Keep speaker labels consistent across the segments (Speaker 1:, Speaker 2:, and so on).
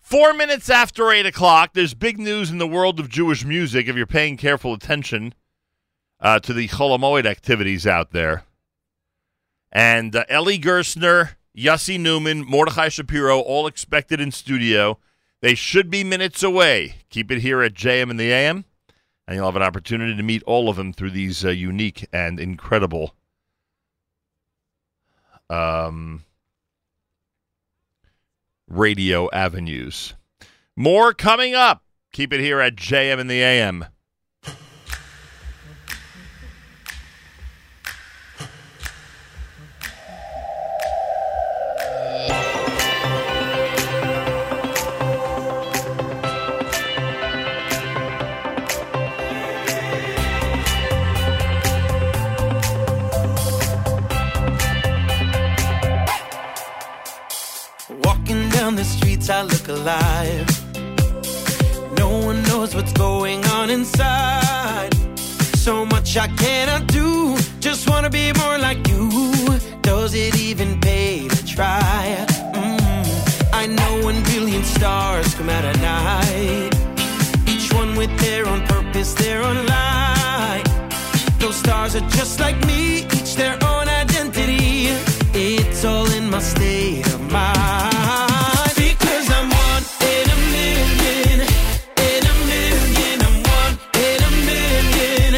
Speaker 1: Four minutes after eight o'clock, there's big news in the world of Jewish music. If you're paying careful attention uh, to the Holomoid activities out there, and uh, Ellie Gerstner, Yossi Newman, Mordechai Shapiro, all expected in studio. They should be minutes away. Keep it here at JM and the AM, and you'll have an opportunity to meet all of them through these uh, unique and incredible um, radio avenues. More coming up. Keep it here at JM and the AM.
Speaker 2: Walking down the streets, I look alive. No one knows what's going on inside. So much I cannot do. Just wanna be more like you. Does it even pay to try? Mm. I know one billion stars come out at night. Each one with their own purpose, their own light. Those stars are just like me, each their own identity. It's all in my state of mind. Because I'm one in a million, in a million, I'm one in a million,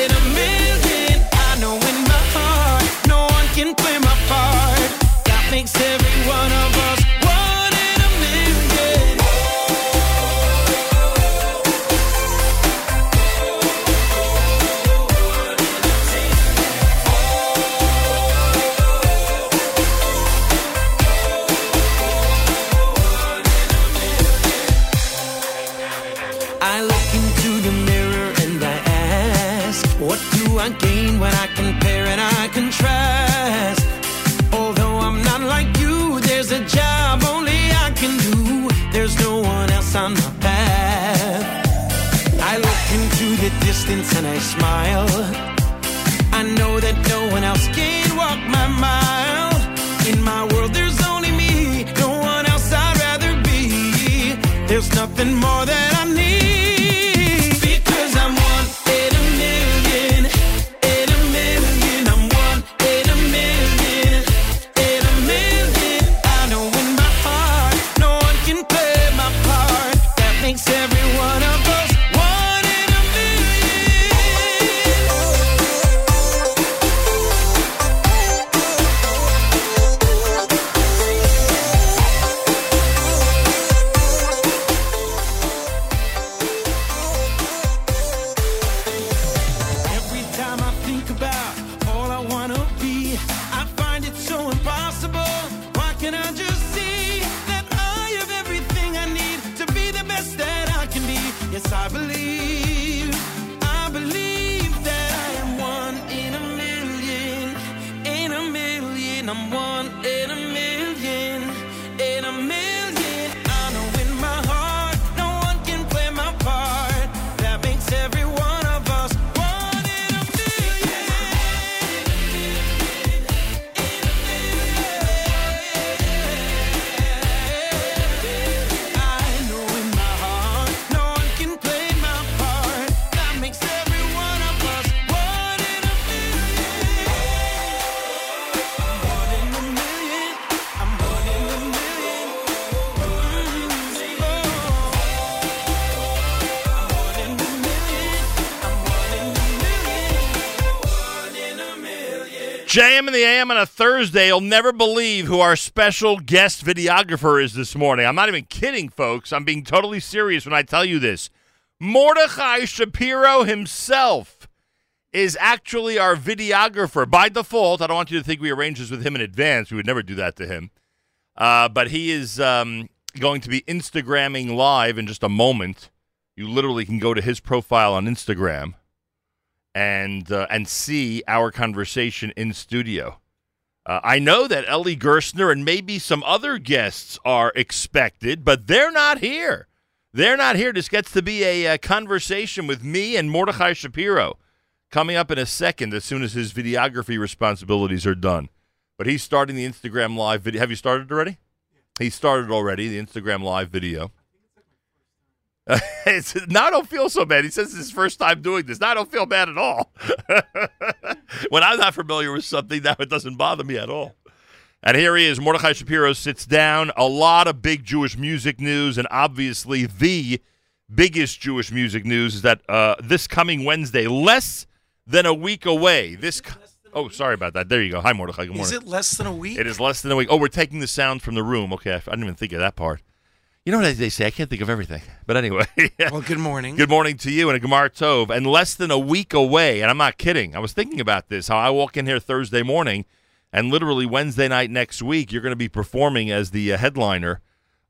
Speaker 2: in a million. I know in my heart, no one can play my part. That makes every one of us one in a million. I look into the mirror and I ask, What do I gain when I compare and I contrast? Although I'm not like you, there's a job only I can do. There's no one else on my path. I look into the distance and I smile. I know that no one else can walk my mile. In my world, there's only me, no one else I'd rather be. There's nothing more that I need. Because I'm one in a million, in a million, I'm one in a million, in a million. I know in my heart, no one can play my part. That makes every one of us one in a million. Every time I think about all I wanna be, I find it so impossible. Why can I just see that I have everything I need to be the best that I can be? Yes, I believe. I believe that I am one in a million. In a million, I'm one in a million. In a million, I know in my heart, no one can play my part. That makes every one of us one in a million. I know in my heart, no one can play my part. That makes every one of us one in a million. One in a million. I'm one in a million. I'm one in a million. I'm one in a million. One in a million.
Speaker 1: JM and the AM on a Thursday. You'll never believe who our special guest videographer is this morning. I'm not even kidding, folks. I'm being totally serious when I tell you this. Mordechai Shapiro himself is actually our videographer by default. I don't want you to think we arranged this with him in advance. We would never do that to him. Uh, but he is um, going to be Instagramming live in just a moment. You literally can go to his profile on Instagram and uh, and see our conversation in studio. Uh, I know that Ellie Gerstner and maybe some other guests are expected, but they're not here. They're not here. This gets to be a, uh conversation with me and Mordechai Shapiro coming up in a second as soon as his videography responsibilities are done. But he's starting the Instagram live video. Have you started already? He started already the Instagram live video. it's, now I don't feel so bad. He says it's his first time doing this. Now I don't feel bad at all. when I'm not familiar with something, now it doesn't bother me at all. And here he is. Mordechai Shapiro sits down. A lot of big Jewish music news, and obviously the biggest Jewish music news is that uh, this coming Wednesday, less than a week away. This. Co- oh, sorry about that. There you go. Hi, Mordechai. Good morning.
Speaker 2: Is it less than a week?
Speaker 1: It is less than a week. Oh, we're taking the sound from the room. Okay, I, I didn't even think of that part. You know what they say? I can't think of everything. But anyway,
Speaker 2: Well, good morning.
Speaker 1: Mm-hmm. good morning to you and a Gemar Tov. And less than a week away, and I'm not kidding. I was thinking about this how I walk in here Thursday morning, and literally Wednesday night next week, you're going to be performing as the uh, headliner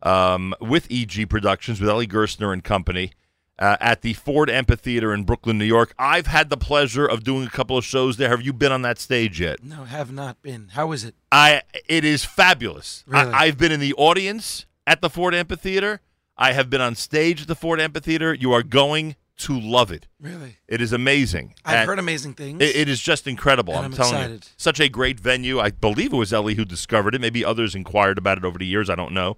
Speaker 1: um, with EG Productions, with Ellie Gerstner and company. Uh, at the Ford Amphitheater in Brooklyn, New York. I've had the pleasure of doing a couple of shows there. Have you been on that stage yet?
Speaker 2: No, have not been. How is it?
Speaker 1: I it is fabulous.
Speaker 2: Really?
Speaker 1: I, I've been in the audience at the Ford Amphitheater. I have been on stage at the Ford Amphitheater. You are going to love it.
Speaker 2: Really?
Speaker 1: It is amazing.
Speaker 2: I've
Speaker 1: And
Speaker 2: heard amazing things.
Speaker 1: it- it is just incredible.
Speaker 2: And
Speaker 1: I'm,
Speaker 2: I'm
Speaker 1: telling you,
Speaker 2: excited.
Speaker 1: such a great venue. I believe it was Ellie who discovered it. Maybe others inquired about it over the years. I don't know.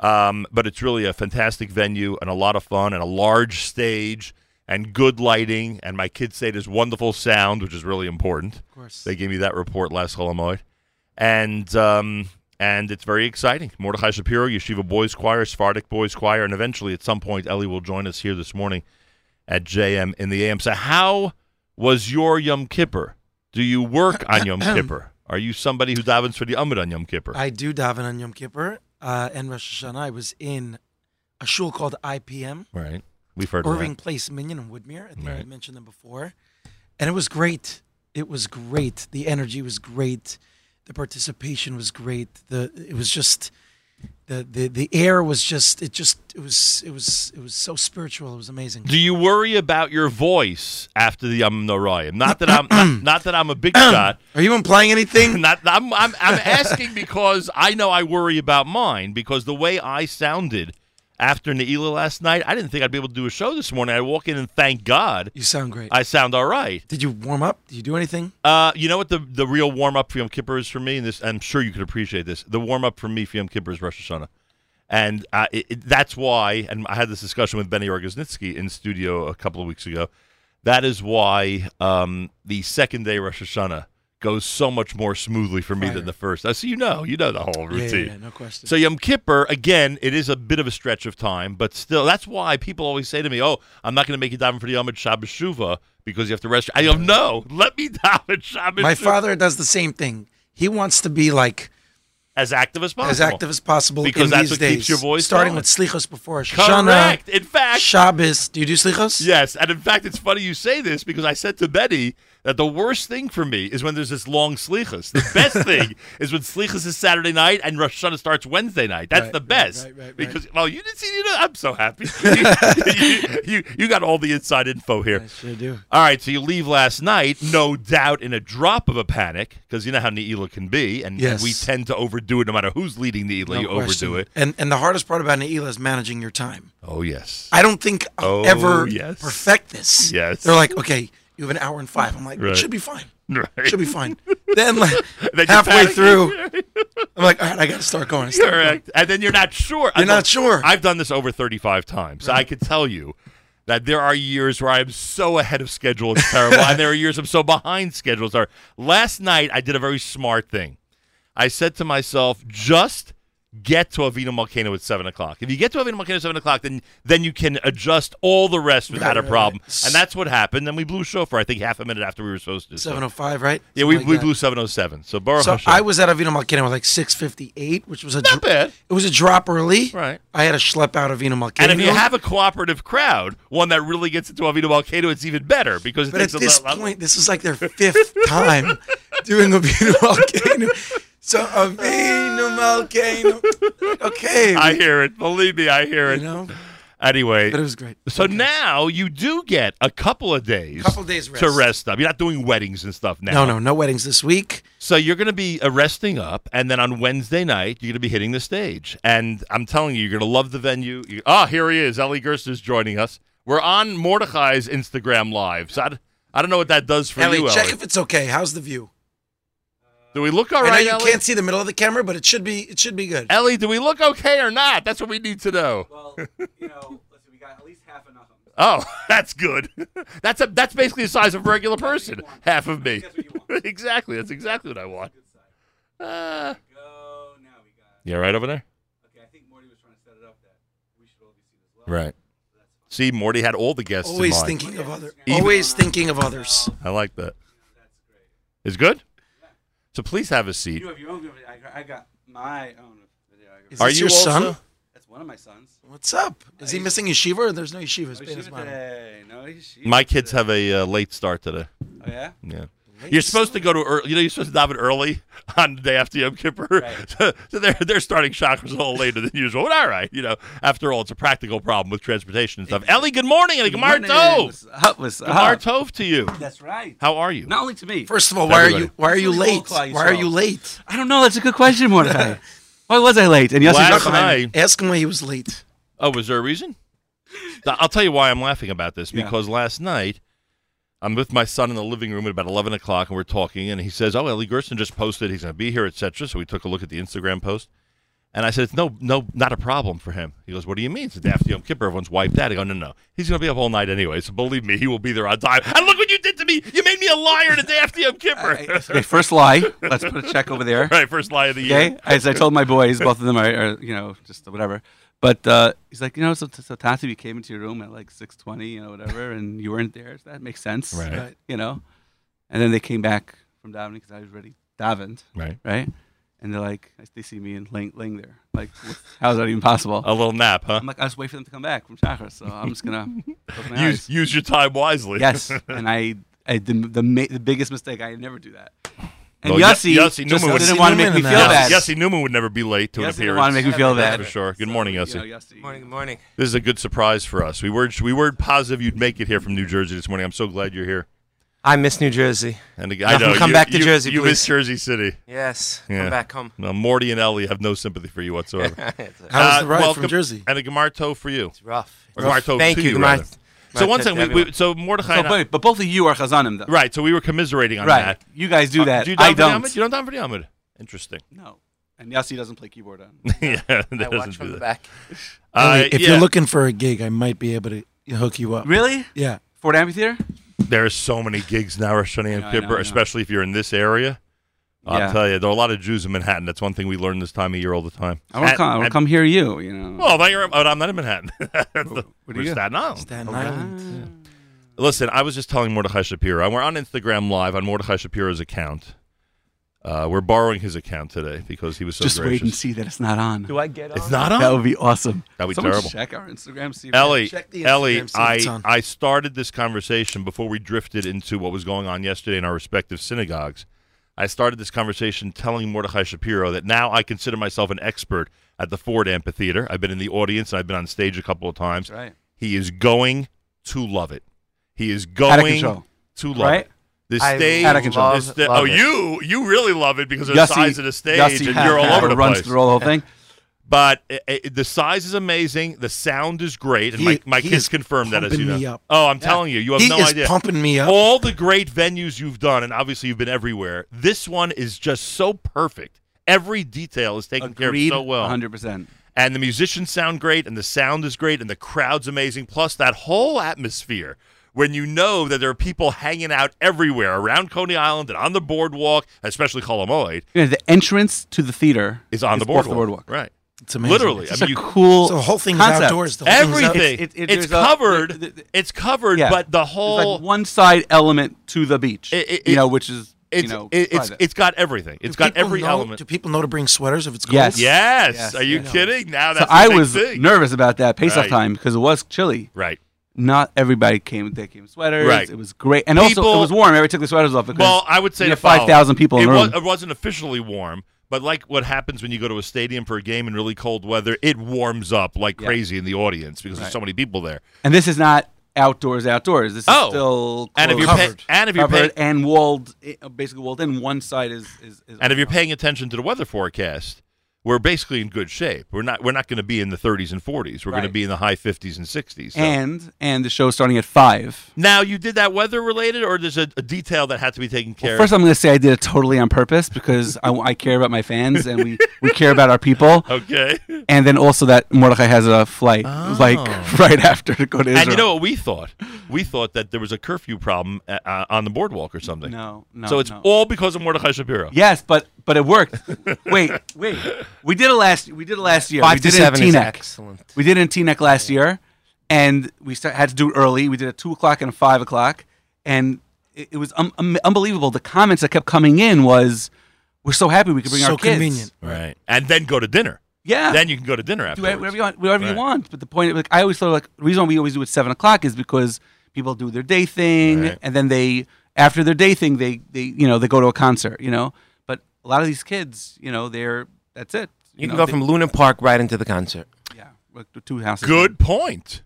Speaker 1: Um, but it's really a fantastic venue and a lot of fun and a large stage and good lighting. And my kids say it is wonderful sound, which is really important.
Speaker 2: of course.
Speaker 1: They gave me that report last Holomoid. And um, and it's very exciting. Mordechai Shapiro, Yeshiva Boys Choir, Sephardic Boys Choir, and eventually at some point Ellie will join us here this morning at JM in the AM. So how was your Yom Kippur? Do you work on Yom Kippur? Are you somebody who davens for the Amud on Yom Kippur?
Speaker 2: I do daven on Yom Kippur uh, and Rosh Hashanah. I was in a shul called IPM,
Speaker 1: right. We've heard of
Speaker 2: Irving
Speaker 1: that.
Speaker 2: Place Minion in Woodmere. I think I
Speaker 1: Right.
Speaker 2: mentioned them before. And it was great. It was great. The energy was great. The participation was great. The it was just the, the the air was just it just it was it was it was so spiritual. It was amazing.
Speaker 1: Do you worry about your voice after the Yom Norayim? Not that I'm not, not that I'm a big shot.
Speaker 2: Are you implying anything?
Speaker 1: Not, I'm, I'm, I'm asking because I know I worry about mine because the way I sounded after Neila last night, I didn't think I'd be able to do a show this morning. I walk in and thank God
Speaker 2: You sound great.
Speaker 1: I sound all right.
Speaker 2: Did you warm up? Did you do anything?
Speaker 1: Uh, you know what the, the real warm up for Yom Kippur is for me? And this, I'm sure you could appreciate this. The warm up for me for Yom Kippur is Rosh Hashanah. And uh, it, it- that's why, and I had this discussion with Benny Orgaznitzky in studio a couple of weeks ago. That is why um, the second day Rosh Hashanah goes so much more smoothly for me than
Speaker 2: Fire.
Speaker 1: the first. Uh, So you know, you know the whole
Speaker 2: Yeah,
Speaker 1: routine.
Speaker 2: yeah, yeah, no question.
Speaker 1: So Yom Kippur, again, it is a bit of a stretch of time, but still, that's why people always say to me, "Oh, I'm not going to make you daven for the Yom Shabbos Shuvah because you have to rest." I go, "No, let me daven Shabbos
Speaker 2: My
Speaker 1: Shuvah
Speaker 2: father does the same thing. He wants to be like
Speaker 1: as active as possible."
Speaker 2: as active as possible
Speaker 1: Because
Speaker 2: in
Speaker 1: that's
Speaker 2: these
Speaker 1: what
Speaker 2: days.
Speaker 1: keeps your voice
Speaker 2: starting
Speaker 1: going.
Speaker 2: with slichos before Shana,
Speaker 1: Correct. In fact,
Speaker 2: Shabbos. Do you do slichos?
Speaker 1: Yes, and in fact, it's funny you say this because I said to Betty that the worst thing for me is when there's this long slichas. The best thing is when slichas is Saturday night and Rosh Hashanah starts Wednesday night. That's
Speaker 2: Right,
Speaker 1: the
Speaker 2: right,
Speaker 1: best
Speaker 2: right, right, right.
Speaker 1: because well, you didn't see. You know, I'm so happy. you, you you got all the inside info here.
Speaker 2: I sure do.
Speaker 1: All right, so you leave last night, no doubt in a drop of a panic, because you know how Neela can be, and, and
Speaker 2: Yes.
Speaker 1: we tend to overdo it no matter who's leading Neela,
Speaker 2: No
Speaker 1: you
Speaker 2: question.
Speaker 1: overdo it.
Speaker 2: And and the hardest part about Neila is managing your time.
Speaker 1: Oh, yes.
Speaker 2: I don't think I'll
Speaker 1: Oh,
Speaker 2: ever
Speaker 1: yes.
Speaker 2: perfect this.
Speaker 1: Yes.
Speaker 2: They're like, okay, you have an hour and five. I'm like,
Speaker 1: Right.
Speaker 2: it should be fine.
Speaker 1: Right.
Speaker 2: Should be fine. then like
Speaker 1: Then you
Speaker 2: halfway
Speaker 1: panic.
Speaker 2: through, I'm like, all right, I gotta start going. I start going.
Speaker 1: Correct. And then you're not sure.
Speaker 2: You're not sure.
Speaker 1: I've done this over 35 times. I could tell you that there are years where I'm so ahead of schedule, it's terrible. and there are years I'm so behind schedule. It's terrible. Last night, I did a very smart thing. I said to myself, just get to Avino Volcano at 7 o'clock. If you get to Avino Volcano at 7 o'clock, then, then you can adjust all the rest without a
Speaker 2: right,
Speaker 1: problem.
Speaker 2: right.
Speaker 1: And that's what happened. Then we blew a show for, I think, half a minute after we were supposed to. So-
Speaker 2: 705, right?
Speaker 1: yeah, we,
Speaker 2: Something like
Speaker 1: we
Speaker 2: that.
Speaker 1: blew 707. So, Baruch
Speaker 2: oh So
Speaker 1: Hashem.
Speaker 2: I was at Avino Malkino at like 6:58, which was a
Speaker 1: Not bad.
Speaker 2: It was a drop early.
Speaker 1: Right.
Speaker 2: I had a schlep out of Avino Malkino.
Speaker 1: And if you have a cooperative crowd, one that really gets into Avito Volcano, it's even better because it
Speaker 2: but at
Speaker 1: takes a
Speaker 2: this
Speaker 1: lot- lot-
Speaker 2: point, this was like their fifth time doing Avino Malkino. So Avino Malkino. Okay.
Speaker 1: I hear it. Believe me, I hear it.
Speaker 2: you know,
Speaker 1: Anyway,
Speaker 2: but it was great.
Speaker 1: so now you do get a couple of days,
Speaker 2: Couple days
Speaker 1: to
Speaker 2: rest.
Speaker 1: rest up. You're not doing weddings and stuff now.
Speaker 2: No, no, no weddings this week.
Speaker 1: So you're going to be uh, resting up, and then on Wednesday night you're going to be hitting the stage. And I'm telling you, you're going to love the venue. You- Ah, here he is. Ellie Gerst is joining us. We're on Mordechai's Instagram Live. So I, d- I don't know what that does for
Speaker 2: Ellie,
Speaker 1: you,
Speaker 2: check
Speaker 1: Ellie.
Speaker 2: if it's okay. How's the view?
Speaker 1: Do we look all
Speaker 2: I know
Speaker 1: right,
Speaker 2: you
Speaker 1: Ellie?
Speaker 2: can't see the middle of the camera, but it should be it should be good.
Speaker 1: Ellie, do we look okay or not? That's what we need to know.
Speaker 3: Well, you know, listen, we got at least half enough of them.
Speaker 1: Oh, that's good. that's a that's basically the size of a regular person, half of me.
Speaker 3: That's what you want.
Speaker 1: exactly. That's exactly what I want.
Speaker 3: Good side.
Speaker 1: Uh,
Speaker 3: Go now. We got.
Speaker 1: yeah, right over there.
Speaker 3: Okay, I think Morty was trying to set it up that we should all be seen as well.
Speaker 1: Right. See, Morty had all the guests. in
Speaker 2: Always
Speaker 1: mind.
Speaker 2: thinking of other.
Speaker 1: Even-
Speaker 2: Always thinking of others.
Speaker 1: I like that. It's good. So please have a seat.
Speaker 3: You have your own. video- I got- I got my own videographer.
Speaker 2: Is
Speaker 1: Are
Speaker 2: this
Speaker 1: you
Speaker 2: your son?
Speaker 1: also-
Speaker 3: That's one of my sons.
Speaker 2: What's up? Is he missing yeshiva? Or there's no yeshiva. He's
Speaker 3: Oh,
Speaker 2: paying
Speaker 3: Shiva
Speaker 2: his mom.
Speaker 3: today. No, he's Shiva
Speaker 1: My kids
Speaker 3: today.
Speaker 1: have a uh, late start today.
Speaker 3: Oh yeah.
Speaker 1: Yeah. You're supposed to go to early, you know you're supposed to daven early on the day after Yom Kippur,
Speaker 3: Right.
Speaker 1: so, so they're they're starting chakras a little later than usual. But all right, you know, after all, it's a practical problem with transportation and stuff. Ellie, good morning and Gemar
Speaker 3: Morning.
Speaker 1: Tov,
Speaker 3: What's up? What's
Speaker 1: Gemar
Speaker 3: up?
Speaker 1: Tov to you.
Speaker 3: That's right.
Speaker 1: How are you?
Speaker 3: Not only to me.
Speaker 2: First of all, why are
Speaker 1: Everybody.
Speaker 2: you why are you
Speaker 3: Somebody
Speaker 2: late?
Speaker 3: call yourself.
Speaker 2: Why are you late?
Speaker 3: I don't know. That's a good question, Mordecai. Why was I late? And yes,
Speaker 1: Last
Speaker 3: he's not
Speaker 1: night-
Speaker 3: behind.
Speaker 1: Hi.
Speaker 2: Ask him why he was late.
Speaker 1: Oh, was there a reason? Th- I'll tell you why I'm laughing about this
Speaker 3: Yeah.
Speaker 1: because last night I'm with my son in the living room at about 11 o'clock and we're talking, and he says, "Oh, Ellie Gerson just posted he's going to be here, etc." So we took a look at the Instagram post, and I said, "It's no, no, not a problem for him." He goes, "What do you mean? It's the day after Yom Kippur, everyone's wiped out." I go, "No, no, he's going to be up all night anyway, so believe me, he will be there on time." And look what you did to me! You made me a liar the day after Yom Kippur.
Speaker 3: Okay, first lie. Let's put a check over there.
Speaker 1: right, first lie of the year.
Speaker 3: Okay, as I told my boys, both of them are, are you know, just whatever. But uh, he's like, you know, so, so Tati, we came into your room at like six twenty, you know, whatever, and you weren't there. So that makes sense,
Speaker 1: Right.
Speaker 2: Right.
Speaker 3: You know, and then they came back from davening because I was already davened,
Speaker 1: Right.
Speaker 3: right? And they're like, they see me and laying, laying there, like, how is that even possible?
Speaker 1: A little nap, huh?
Speaker 3: I'm like, I was waiting for them to come back from chakra, so I'm just gonna close my eyes.
Speaker 1: Use, use your time wisely.
Speaker 3: Yes, and I, I did the ma- the biggest mistake. I never do that. And
Speaker 1: Well,
Speaker 3: Yossi,
Speaker 1: Yo- Yossi
Speaker 3: just
Speaker 1: Newman would-
Speaker 3: didn't want to
Speaker 2: Yossi
Speaker 3: make me
Speaker 2: Newman
Speaker 3: feel
Speaker 2: in the
Speaker 3: bad.
Speaker 2: house.
Speaker 1: Yossi Newman would never be late to an
Speaker 3: Yossi didn't
Speaker 1: appearance.
Speaker 3: want to make me feel
Speaker 1: That's
Speaker 3: bad.
Speaker 1: for sure. Good morning, Yossi.
Speaker 3: You know, Yossi.
Speaker 4: Morning, good morning.
Speaker 1: This is a good surprise for us. We were we were positive you'd make it here from New Jersey this morning. I'm so glad you're here.
Speaker 4: I miss New Jersey.
Speaker 1: And I
Speaker 4: Nothing,
Speaker 1: know
Speaker 4: come
Speaker 1: you,
Speaker 4: back to
Speaker 1: you-
Speaker 4: Jersey,
Speaker 1: You
Speaker 4: please.
Speaker 1: miss Jersey City.
Speaker 4: Yes,
Speaker 1: Yeah.
Speaker 4: I'm back home.
Speaker 1: No, Morty and Ellie have no sympathy for you whatsoever.
Speaker 4: it's
Speaker 2: How was
Speaker 1: Uh,
Speaker 2: the ride
Speaker 1: welcome-
Speaker 2: from Jersey?
Speaker 1: And a Gamarto for you.
Speaker 4: rough.
Speaker 1: Or Marto
Speaker 4: Thank
Speaker 1: to
Speaker 4: you.
Speaker 1: you,
Speaker 4: Mar-
Speaker 1: rather. So
Speaker 4: Marto
Speaker 1: one
Speaker 4: to
Speaker 1: second, we, we,
Speaker 4: everyone.
Speaker 1: so Mordechai,
Speaker 3: So,
Speaker 1: and I-
Speaker 3: but, but both of you are Chazanim, though.
Speaker 1: right? So we were commiserating on
Speaker 3: Right.
Speaker 1: that.
Speaker 3: You guys do
Speaker 1: Uh,
Speaker 3: that.
Speaker 1: do you
Speaker 3: I
Speaker 1: daven for the Amid?
Speaker 3: don't.
Speaker 1: You don't down for the Amid? Interesting.
Speaker 3: No. And Yossi doesn't play keyboard on.
Speaker 1: yeah, that
Speaker 4: I watch
Speaker 1: doesn't
Speaker 4: from
Speaker 1: do
Speaker 4: the
Speaker 1: that.
Speaker 4: back.
Speaker 1: Uh,
Speaker 2: Ellie, if
Speaker 1: yeah,
Speaker 2: you're looking for a gig, I might be able to hook you up.
Speaker 3: really?
Speaker 2: Yeah.
Speaker 3: Ford Amphitheater?
Speaker 1: there are so many gigs now, Rosh Hashanah
Speaker 3: I
Speaker 1: and
Speaker 3: know, I
Speaker 1: Kippur,
Speaker 3: know.
Speaker 1: especially if you're in this area. I'll
Speaker 3: Yeah.
Speaker 1: tell you, there are a lot of Jews in Manhattan. That's one thing we learn this time of year all the time.
Speaker 3: I want
Speaker 1: At-
Speaker 3: to come. I want
Speaker 1: at- Oh,
Speaker 3: to come hear you. You know.
Speaker 1: Well, but you're, but I'm not in Manhattan. We're
Speaker 3: where do you go?
Speaker 1: Staten Island.
Speaker 2: Staten
Speaker 3: Ah.
Speaker 1: Mm.
Speaker 2: Island.
Speaker 1: Listen, I was just telling Mordechai Shapiro. We're on Instagram Live on Mordechai Shapiro's account. Uh, we're borrowing his account today because he was so
Speaker 3: Just wait and
Speaker 1: gracious.
Speaker 3: see that it's not on.
Speaker 4: Do I get on?
Speaker 1: It's not
Speaker 3: That
Speaker 1: on.
Speaker 3: would be awesome.
Speaker 1: That'd be
Speaker 3: Someone
Speaker 1: terrible.
Speaker 3: Check our Instagram. See if
Speaker 1: Ellie,
Speaker 2: Check the
Speaker 1: Ellie,
Speaker 2: Instagram, see if it's
Speaker 1: I,
Speaker 2: on.
Speaker 1: I started this conversation before we drifted into what was going on yesterday in our respective synagogues. I started this conversation telling Mordechai Shapiro that now I consider myself an expert at the Ford Amphitheater. I've been in the audience and I've been on stage a couple of times.
Speaker 3: That's right.
Speaker 1: He is going to love it. He is
Speaker 3: Out of
Speaker 1: going
Speaker 3: control.
Speaker 1: to love
Speaker 3: Right?
Speaker 1: it. The
Speaker 4: I
Speaker 1: stage,
Speaker 3: Out of control.
Speaker 1: the
Speaker 4: love-
Speaker 1: sta-
Speaker 4: love
Speaker 1: oh,
Speaker 4: it.
Speaker 1: you you really love it because of the size of the stage,
Speaker 3: Yossi
Speaker 1: and
Speaker 3: had-
Speaker 1: you're all
Speaker 3: had-
Speaker 1: over the
Speaker 3: runs
Speaker 1: place.
Speaker 3: through the whole thing.
Speaker 1: But i i the size is amazing. The sound is great, and
Speaker 2: He-
Speaker 1: my, my
Speaker 2: he
Speaker 1: kids
Speaker 2: is
Speaker 1: confirmed that as you
Speaker 2: pumping
Speaker 1: know.
Speaker 2: me up.
Speaker 1: Oh, I'm telling you, you have
Speaker 2: He
Speaker 1: no
Speaker 2: is
Speaker 1: idea.
Speaker 2: pumping me up.
Speaker 1: All the great venues you've done, and obviously you've been everywhere. This one is just so perfect. Every detail is taken
Speaker 3: Agreed.
Speaker 1: care of so well,
Speaker 3: 100%.
Speaker 1: and the musicians sound great, and the sound is great, and the crowd's amazing. Plus that whole atmosphere. When you know that there are people hanging out everywhere around Coney Island and on the boardwalk, especially Kolomoid,
Speaker 3: You know, the entrance to the theater
Speaker 1: is on the
Speaker 3: off
Speaker 1: boardwalk.
Speaker 3: the boardwalk.
Speaker 1: Right.
Speaker 2: It's amazing.
Speaker 1: Literally.
Speaker 3: It's
Speaker 1: I mean,
Speaker 3: a
Speaker 1: you-
Speaker 3: cool.
Speaker 2: So the whole thing's
Speaker 3: concept.
Speaker 2: outdoors. The whole thing's out-
Speaker 1: everything.
Speaker 3: It's-
Speaker 1: It's,
Speaker 3: it- it- there's a-
Speaker 1: covered.
Speaker 3: there- there-
Speaker 1: it's covered,
Speaker 3: Yeah.
Speaker 1: but the
Speaker 3: There's
Speaker 1: whole
Speaker 3: like one side element to the beach,
Speaker 1: It- it-
Speaker 3: you
Speaker 1: it-
Speaker 3: know, which is
Speaker 1: it's,
Speaker 3: you know
Speaker 1: it- it's
Speaker 3: private.
Speaker 1: it's got everything. It's
Speaker 2: Do
Speaker 1: got
Speaker 2: people
Speaker 1: every
Speaker 2: know-
Speaker 1: element.
Speaker 2: Do people know to bring sweaters if it's cold?
Speaker 3: Yes.
Speaker 1: yes.
Speaker 3: Yes,
Speaker 1: Are you
Speaker 3: yeah.
Speaker 1: kidding? Now
Speaker 3: so
Speaker 1: that's
Speaker 3: I
Speaker 1: the big
Speaker 3: was
Speaker 1: thing.
Speaker 3: nervous about that pace off
Speaker 1: Right.
Speaker 3: time because it was chilly.
Speaker 1: right.
Speaker 3: Not everybody came. They came in sweaters.
Speaker 1: Right.
Speaker 3: It was great, and
Speaker 1: People-
Speaker 3: also it was warm. Everybody took the sweaters off. Because
Speaker 1: Well, I would say
Speaker 3: you
Speaker 1: the
Speaker 3: have 5,000 people
Speaker 1: It,
Speaker 3: in a
Speaker 1: was,
Speaker 3: room.
Speaker 1: it wasn't officially warm, but like what happens when you go to a stadium for a game in really cold weather, it warms up like
Speaker 3: Yeah.
Speaker 1: crazy in the audience because there's
Speaker 3: Right.
Speaker 1: so many people there.
Speaker 3: and this is not outdoors. Outdoors. This is
Speaker 1: Oh.
Speaker 3: still
Speaker 1: And if
Speaker 3: closed.
Speaker 1: you're pay-
Speaker 2: Covered.
Speaker 1: and if you're pay-
Speaker 3: covered and walled, eh, basically walled in. One side is is, is
Speaker 1: And if you're paying attention to the weather forecast, we're basically in good shape. We're not we're not going to be in the 30s and 40s. We're going to
Speaker 3: Right.
Speaker 1: be in the high 50s and 60s. So.
Speaker 3: And and the show's starting at five.
Speaker 1: now you did that weather related, or there's a, a detail that had to be taken care
Speaker 3: Well,
Speaker 1: of.
Speaker 3: first, I'm going to say I did it totally on purpose because I, I care about my fans and we, we care about our people.
Speaker 1: okay. Oh.
Speaker 3: And then also that Mordechai has a flight like right after to go to Israel.
Speaker 1: And you know what we thought? We thought that there was a curfew problem uh, uh, on the boardwalk or something.
Speaker 3: no, no.
Speaker 1: so it's
Speaker 3: no.
Speaker 1: all because of Mordechai Shapiro.
Speaker 3: Yes, but but it worked. wait, wait. We did it last. We did it last year.
Speaker 4: Five
Speaker 3: we
Speaker 4: to
Speaker 3: did
Speaker 4: seven
Speaker 3: it in
Speaker 4: is
Speaker 3: Teaneck.
Speaker 4: excellent.
Speaker 3: We did it in Teaneck last year, and we start, had to do it early. We did it at two o'clock and five o'clock, and it, it was um, um, unbelievable. The comments that kept coming in was, "We're so happy we could bring
Speaker 2: So
Speaker 3: our kids."
Speaker 2: convenient.
Speaker 1: Right. And then go to dinner.
Speaker 3: Yeah.
Speaker 1: Then you can go to dinner
Speaker 3: do
Speaker 1: afterwards.
Speaker 3: whatever you want, whatever
Speaker 1: Right.
Speaker 3: you want. But the point, like, I always thought, like, the reason we always do it at seven o'clock is because people do their day thing,
Speaker 1: Right.
Speaker 3: and then they, after their day thing, they, they, you know, they go to a concert, you know. But a lot of these kids, you know, they're that's it.
Speaker 4: You can
Speaker 3: know,
Speaker 4: go from Luna Park right into the concert.
Speaker 3: they- yeah, like, the two houses.
Speaker 1: Good point.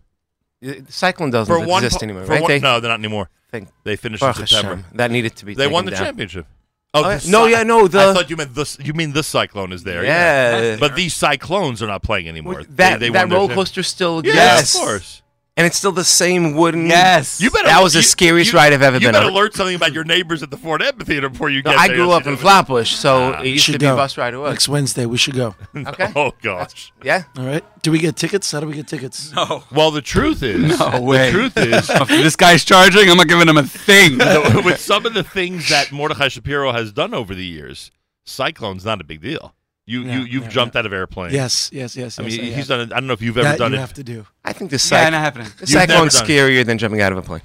Speaker 4: Uh, Cycling doesn't
Speaker 1: For one,
Speaker 4: exist
Speaker 1: po-
Speaker 4: anymore,
Speaker 1: for
Speaker 4: right?
Speaker 1: one-
Speaker 4: they,
Speaker 1: no, they're not anymore.
Speaker 4: Thank-
Speaker 1: They finished in
Speaker 4: Baruch
Speaker 1: September.
Speaker 4: Hashem, that needed to be.
Speaker 1: They won the
Speaker 4: taken down.
Speaker 1: championship.
Speaker 4: Oh,
Speaker 1: the
Speaker 4: yeah. No,
Speaker 1: cy-
Speaker 4: yeah, no, the-
Speaker 1: I thought you meant this. You mean this cyclone is there?
Speaker 4: Yeah.
Speaker 1: But these cyclones are not playing anymore.
Speaker 4: That
Speaker 1: They- they
Speaker 4: that
Speaker 1: won their
Speaker 4: roller
Speaker 1: champ-
Speaker 4: coaster still
Speaker 1: Yeah,
Speaker 4: exists.
Speaker 1: of course.
Speaker 4: And it's still the same wooden.
Speaker 3: Yes.
Speaker 1: You better.
Speaker 4: That was the
Speaker 1: you-
Speaker 4: scariest
Speaker 1: you-
Speaker 4: ride I've ever
Speaker 1: you
Speaker 4: been
Speaker 1: better
Speaker 4: on.
Speaker 1: learn something about your neighbors at the Ford Amphitheater before you
Speaker 4: No,
Speaker 1: get
Speaker 4: I
Speaker 1: there. Oh,
Speaker 4: grew up in Flatbush, so
Speaker 1: Ah.
Speaker 4: it
Speaker 2: We
Speaker 4: used to
Speaker 2: should
Speaker 4: be
Speaker 2: go.
Speaker 4: a bus ride. It was.
Speaker 2: Next Wednesday, we should go.
Speaker 4: Okay.
Speaker 1: Oh gosh.
Speaker 4: Yeah.
Speaker 2: All right. Do we get tickets? How do we get tickets?
Speaker 1: Well, the truth is,
Speaker 3: No
Speaker 1: the
Speaker 3: way.
Speaker 1: truth is,
Speaker 3: If this guy's charging. I'm not giving him a thing.
Speaker 1: with some of the things that Mordechai Shapiro has done over the years, cyclone's not a big deal. You
Speaker 2: No,
Speaker 1: you you've
Speaker 2: no,
Speaker 1: jumped out of airplanes.
Speaker 2: Yes, yes, yes.
Speaker 1: I mean,
Speaker 2: yes,
Speaker 1: he's
Speaker 2: have.
Speaker 1: done. It, I don't know if you've ever
Speaker 2: that
Speaker 1: done
Speaker 2: you
Speaker 1: it.
Speaker 2: have to do.
Speaker 4: I think the
Speaker 3: yeah,
Speaker 4: cyclone.
Speaker 3: not happening.
Speaker 4: the
Speaker 1: You've never
Speaker 4: cyclone's
Speaker 1: done it.
Speaker 4: scarier than jumping out of a plane.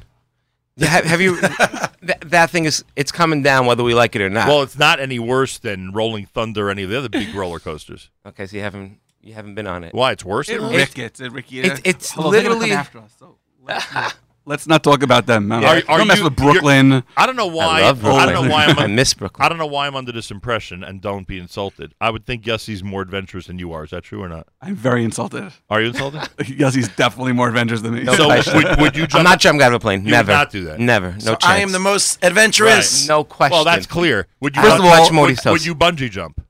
Speaker 4: Yeah, have, have you? that, that thing is. It's coming down whether we like it or not.
Speaker 1: Well, it's not any worse than Rolling Thunder or any of the other big roller coasters.
Speaker 4: okay, so you haven't you haven't been on it.
Speaker 1: Why? It's worse.
Speaker 3: It
Speaker 1: than that?
Speaker 3: rickets. It ricky.
Speaker 4: It- it's
Speaker 3: Although they're gonna come
Speaker 4: literally-
Speaker 3: after us. So let's, not, let's not talk about them. man.
Speaker 1: Are- are
Speaker 3: don't mess
Speaker 1: you-
Speaker 3: with
Speaker 1: you're-
Speaker 3: Brooklyn.
Speaker 1: I don't know why.
Speaker 4: I love Brooklyn.
Speaker 1: don't know why I'm.
Speaker 4: I miss Brooklyn.
Speaker 1: I don't know why I'm under this impression, and don't be insulted. I would think Yussie's more adventurous than you are. Is that true or not?
Speaker 3: I'm very insulted.
Speaker 1: Are you insulted?
Speaker 3: Yossi's definitely more adventurous than me.
Speaker 1: so would, would you jump?
Speaker 4: I'm not jumping out of a plane.
Speaker 1: You would
Speaker 4: Never.
Speaker 1: not do that.
Speaker 4: Never. No chance.
Speaker 2: I am the most adventurous.
Speaker 4: no question.
Speaker 1: Well, that's clear. Would you?
Speaker 4: First
Speaker 1: bun-
Speaker 4: of all-
Speaker 1: would-
Speaker 4: Morty's
Speaker 1: would,
Speaker 4: toast.
Speaker 1: you bungee jump?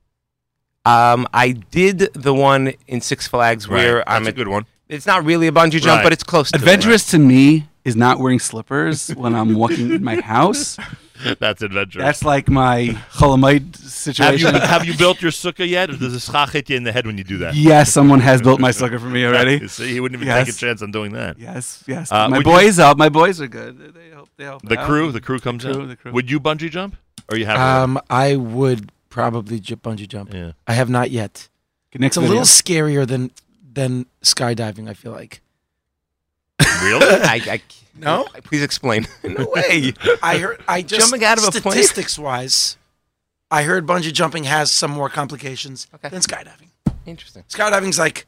Speaker 4: Um, I did the one in Six Flags where
Speaker 1: Right.
Speaker 4: I'm
Speaker 1: That's a good one.
Speaker 4: It's not really a bungee jump,
Speaker 1: Right.
Speaker 4: but it's close. to it.
Speaker 3: adventurous to me is not wearing slippers when I'm walking in my house.
Speaker 1: That's adventurous.
Speaker 3: That's like my Cholamite
Speaker 1: have you
Speaker 3: situation.
Speaker 1: have you built your sukkah yet, or does the schach hit you in the head when you do that?
Speaker 3: yes, someone has built my sucker for me already.
Speaker 1: See, he wouldn't even take a
Speaker 3: Yes.
Speaker 1: chance on doing that.
Speaker 3: Yes, yes.
Speaker 1: Uh,
Speaker 3: my
Speaker 1: would you-
Speaker 3: boys up. My boys are good. They- They help. They help.
Speaker 1: The
Speaker 3: out.
Speaker 1: crew, the crew comes
Speaker 3: crew,
Speaker 1: in.
Speaker 3: the crew.
Speaker 1: Would you bungee jump? Or you have?
Speaker 2: Um, I would probably j- bungee jump.
Speaker 1: Yeah.
Speaker 2: I have not yet. It's
Speaker 3: Next
Speaker 2: a
Speaker 3: video.
Speaker 2: little scarier than than skydiving. I feel like.
Speaker 1: really?
Speaker 4: I, I,
Speaker 2: No?
Speaker 4: Please explain. no way.
Speaker 2: I heard. I just
Speaker 4: Jumping out of a plane?
Speaker 2: statistics wise, I heard bungee jumping has some more complications
Speaker 4: Okay.
Speaker 2: than skydiving.
Speaker 4: Interesting.
Speaker 2: Skydiving's like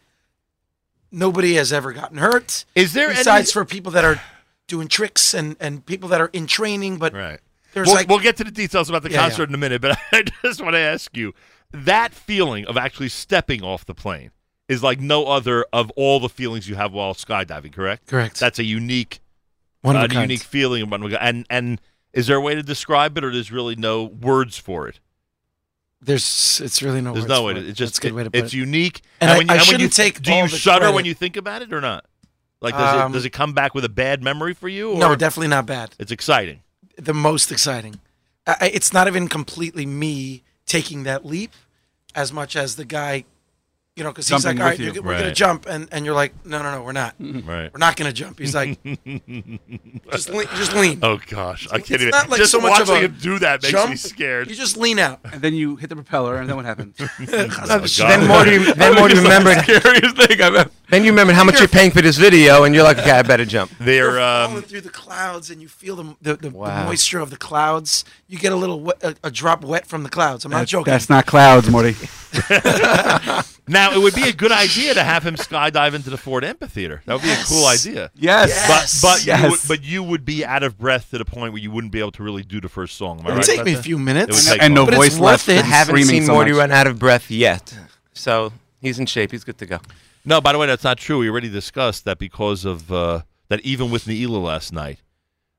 Speaker 2: nobody has ever gotten hurt.
Speaker 1: Is there any-
Speaker 2: besides for people that are doing tricks and and people that are in training? But
Speaker 1: Right.
Speaker 2: there's
Speaker 1: We'll,
Speaker 2: like
Speaker 1: we'll get to the details about the
Speaker 2: Yeah, yeah.
Speaker 1: concert in a minute, but I just want to ask you that feeling of actually stepping off the plane is like no other of all the feelings you have while skydiving, correct?
Speaker 2: Correct.
Speaker 1: That's a unique,
Speaker 2: one of
Speaker 1: uh,
Speaker 2: a kind.
Speaker 1: unique feeling. of one of a kind. And and is there a way to describe it, or there's really no words for it?
Speaker 2: There's it's really no.
Speaker 1: There's
Speaker 2: words
Speaker 1: no
Speaker 2: for
Speaker 1: way.
Speaker 2: it.
Speaker 1: It's just
Speaker 2: That's a good way to put
Speaker 1: it's
Speaker 2: it.
Speaker 1: unique.
Speaker 2: And I-
Speaker 1: when you,
Speaker 2: I
Speaker 1: and when
Speaker 2: shouldn't
Speaker 1: you,
Speaker 2: take
Speaker 1: Do you
Speaker 2: all the
Speaker 1: shudder when
Speaker 2: credit.
Speaker 1: you think about it or not? Like does
Speaker 2: Um,
Speaker 1: it does it come back with a bad memory for you? Or?
Speaker 2: No, definitely not bad.
Speaker 1: It's exciting.
Speaker 2: the most exciting. I, I- it's not even completely me taking that leap as much as the guy, you know, because he's
Speaker 3: Jumping
Speaker 2: like, all right,
Speaker 3: with you."
Speaker 2: you're, we're going
Speaker 1: Right. Mm-hmm.
Speaker 2: to jump. And, and you're like, no, no, no, we're not. We're
Speaker 1: Right.
Speaker 2: not going to jump. He's like, just, lean, just lean.
Speaker 1: Oh gosh, I can't
Speaker 2: It's
Speaker 1: even.
Speaker 2: not like
Speaker 1: just
Speaker 2: so much of
Speaker 1: watching
Speaker 2: a
Speaker 1: him do that makes me
Speaker 2: Jump,
Speaker 1: scared.
Speaker 2: You just lean out.
Speaker 3: And then you hit the propeller, and then what happens?
Speaker 1: Oh,
Speaker 4: then Morty, then Morty remembered.
Speaker 1: Scariest thing I've ever.
Speaker 4: Then you remembered how much you're paying for this video, and you're like, okay, I better jump.
Speaker 1: They're
Speaker 2: You're
Speaker 1: um,
Speaker 2: falling through the clouds and you feel the, the, the,
Speaker 4: Wow.
Speaker 2: the moisture of the clouds. You get a little wet, a, a drop wet from the clouds. I'm not joking.
Speaker 3: That's not clouds, Morty.
Speaker 1: now it would be a good idea to have him skydive into the Ford Amphitheater. That would be a cool
Speaker 2: Yes.
Speaker 1: idea.
Speaker 3: Yes.
Speaker 1: But but you
Speaker 3: Yes.
Speaker 1: would, but you would be out of breath to the point where you wouldn't be able to really do the first song. Am I
Speaker 2: It'll
Speaker 1: right?
Speaker 2: take
Speaker 1: about
Speaker 2: me a
Speaker 1: that?
Speaker 2: few
Speaker 1: It
Speaker 2: minutes.
Speaker 1: would take
Speaker 3: and no
Speaker 1: longer.
Speaker 2: But it's
Speaker 3: voice
Speaker 2: worth
Speaker 3: left.
Speaker 2: it.
Speaker 3: and
Speaker 4: I haven't
Speaker 3: screaming
Speaker 4: seen
Speaker 3: so
Speaker 4: Morty
Speaker 3: much.
Speaker 4: run out of breath yet, so he's in shape. He's good to go.
Speaker 1: No, by the way, that's not true. We already discussed that because of uh, that. Even with Neila last night,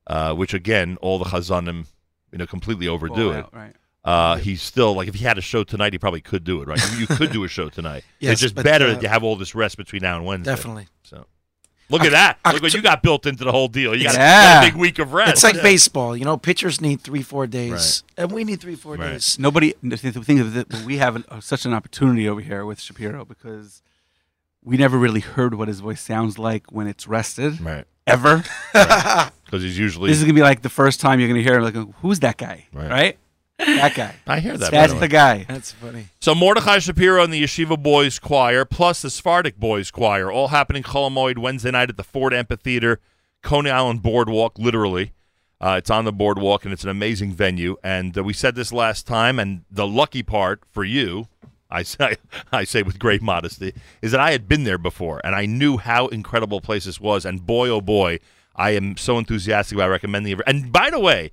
Speaker 1: uh, which again, all the Chazanim, you know, completely overdo
Speaker 3: Ball
Speaker 1: it.
Speaker 3: out, Right.
Speaker 1: Uh, he's still like if he had a show tonight, he probably could do it. Right? You, you could do a show tonight.
Speaker 2: Yes,
Speaker 1: it's just
Speaker 2: but,
Speaker 1: better
Speaker 2: uh,
Speaker 1: that you have all this rest between now and Wednesday.
Speaker 2: Definitely.
Speaker 1: So look at that. Look what you got built into the whole deal. You got, you
Speaker 3: Yeah.
Speaker 1: got a big week of rest.
Speaker 2: It's like
Speaker 1: Yeah.
Speaker 2: baseball, you know. Pitchers need three, four days, and we need three, four
Speaker 1: Right.
Speaker 2: days.
Speaker 3: Nobody th- th- think of that. We have an, uh, such an opportunity over here with Shapiro because we never really heard what his voice sounds like when it's rested
Speaker 1: right
Speaker 3: ever.
Speaker 1: because he's usually.
Speaker 3: This is gonna be like the first time you're gonna hear like, who's that guy?
Speaker 1: Right.
Speaker 3: Right? That guy.
Speaker 1: I hear that. by
Speaker 3: That's
Speaker 1: way.
Speaker 3: the guy.
Speaker 2: That's funny.
Speaker 1: So Mordechai Shapiro and the Yeshiva Boys Choir, plus the Sephardic Boys Choir, all happening Colomoid Wednesday night at the Ford Amphitheater, Coney Island Boardwalk, literally. Uh, it's on the boardwalk, and it's an amazing venue. And uh, we said this last time, and the lucky part for you, I say, I say with great modesty, is that I had been there before, and I knew how incredible a place this was. And boy, oh boy, I am so enthusiastic about recommending it. And by the way,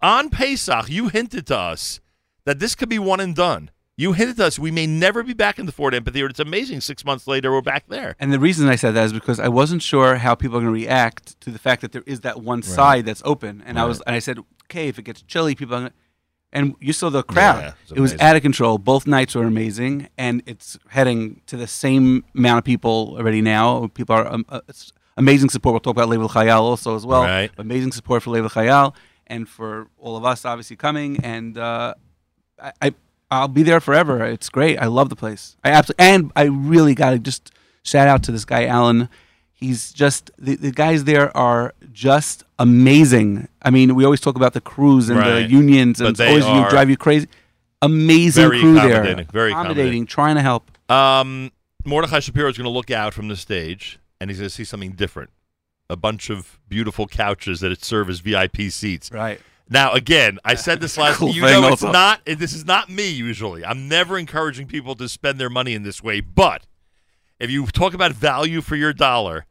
Speaker 1: on Pesach, you hinted to us that this could be one and done. You hinted to us we may never be back in the Ford Amphitheater. It's amazing. Six months later, we're back there.
Speaker 3: And the reason I said that is because I wasn't sure how people are going to react to the fact that there is that one side that's open. And I was, and I said, okay, if it gets chilly, people are going to. And you saw the crowd.
Speaker 1: Yeah, it's
Speaker 3: it was
Speaker 1: amazing.
Speaker 3: out of control. Both nights were amazing, and it's heading to the same amount of people already now. People are um, uh, it's amazing support. We'll talk about Label Chayal also as well.
Speaker 1: Right.
Speaker 3: Amazing support for Label Chayal and for all of us, obviously coming. And uh, I, I I'll be there forever. It's great. I love the place. I absolutely and I really got to just shout out to this guy Alan. He's just the, the guys there are just amazing. I mean, we always talk about the crews and
Speaker 1: Right.
Speaker 3: the unions, and
Speaker 1: But
Speaker 3: it's
Speaker 1: they
Speaker 3: always
Speaker 1: are
Speaker 3: you drive you crazy. Amazing
Speaker 1: very
Speaker 3: crew
Speaker 1: accommodating,
Speaker 3: there,
Speaker 1: very accommodating.
Speaker 3: accommodating, trying to help.
Speaker 1: Um, Mordechai Shapiro is going to look out from the stage, and he's going to see something different. A bunch of beautiful couches that serve as VIP seats.
Speaker 3: Right.
Speaker 1: Now, again, I said this last.
Speaker 3: Cool
Speaker 1: you
Speaker 3: thing
Speaker 1: know, it's
Speaker 3: also.
Speaker 1: not. it- This is not me usually. I'm never encouraging people to spend their money in this way. But if you talk about value for your dollar,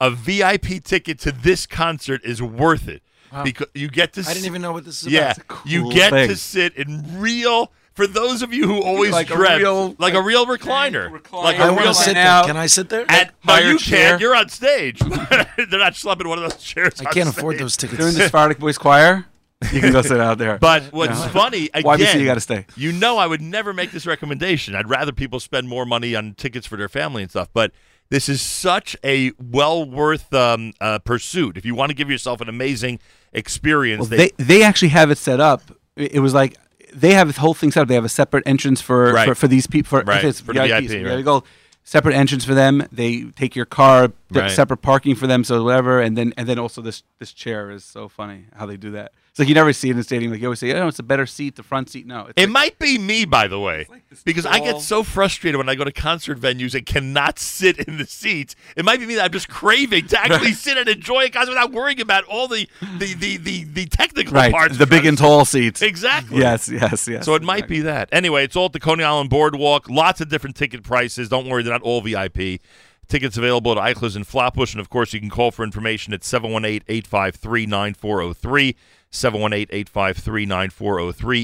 Speaker 1: a VIP ticket to this concert is worth it because you get to.
Speaker 2: I didn't even know what this is
Speaker 1: Yeah,
Speaker 2: about.
Speaker 1: you
Speaker 3: cool
Speaker 1: get
Speaker 3: thing.
Speaker 1: to sit in real. For those of you who always
Speaker 3: Like a
Speaker 1: dreamt,
Speaker 3: real-
Speaker 1: like a real recliner,
Speaker 3: recliner.
Speaker 1: like
Speaker 2: I
Speaker 1: a
Speaker 2: want
Speaker 1: real
Speaker 2: to sit
Speaker 3: now-
Speaker 2: there. Can I sit there?
Speaker 1: At, no,
Speaker 3: higher
Speaker 1: you
Speaker 3: chair.
Speaker 1: can't. You're on stage. They're not slumping one of those chairs.
Speaker 2: I
Speaker 1: on
Speaker 2: can't
Speaker 1: stage.
Speaker 2: afford those tickets.
Speaker 3: During the Sephardic Boys Choir, you can go sit out there.
Speaker 1: But what's funny again?
Speaker 3: YBC, you gotta stay.
Speaker 1: You know, I would never make this recommendation. I'd rather people spend more money on tickets for their family and stuff. But this is such a well worth um, uh, pursuit. If you want to give yourself an amazing experience,
Speaker 3: Well, they, they actually have it set up. It it was like they have this whole thing set up. They have a separate entrance for
Speaker 1: Right.
Speaker 3: for, for these people. For,
Speaker 1: Right,
Speaker 3: if it's
Speaker 1: for the
Speaker 3: VIPs,
Speaker 1: VIP,
Speaker 3: yeah,
Speaker 1: right.
Speaker 3: you go separate entrance for them. They take your car, th-
Speaker 1: Right.
Speaker 3: separate parking for them, so whatever. And then and then also this this chair is so funny how they do that. It's like you never see it in a stadium. Like you always say, oh, it's a better seat, the front seat. No, it's
Speaker 1: It
Speaker 3: like-
Speaker 1: might be me, by the way,
Speaker 3: this
Speaker 1: because I get
Speaker 3: tall-
Speaker 1: so frustrated when I go to concert venues and cannot sit in the seats. It might be me that I'm just craving to actually sit and enjoy a concert without worrying about all the the the the, the technical
Speaker 3: right.
Speaker 1: parts.
Speaker 3: The big and tall seats.
Speaker 1: exactly.
Speaker 3: Yes, yes, yes.
Speaker 1: So it might be that. Anyway, it's all at the Coney Island Boardwalk. Lots of different ticket prices. Don't worry, they're not all VIP. Tickets available at Eichler's and Flatbush. And of course, you can call for information at 718 853 9403. 718 853 9403.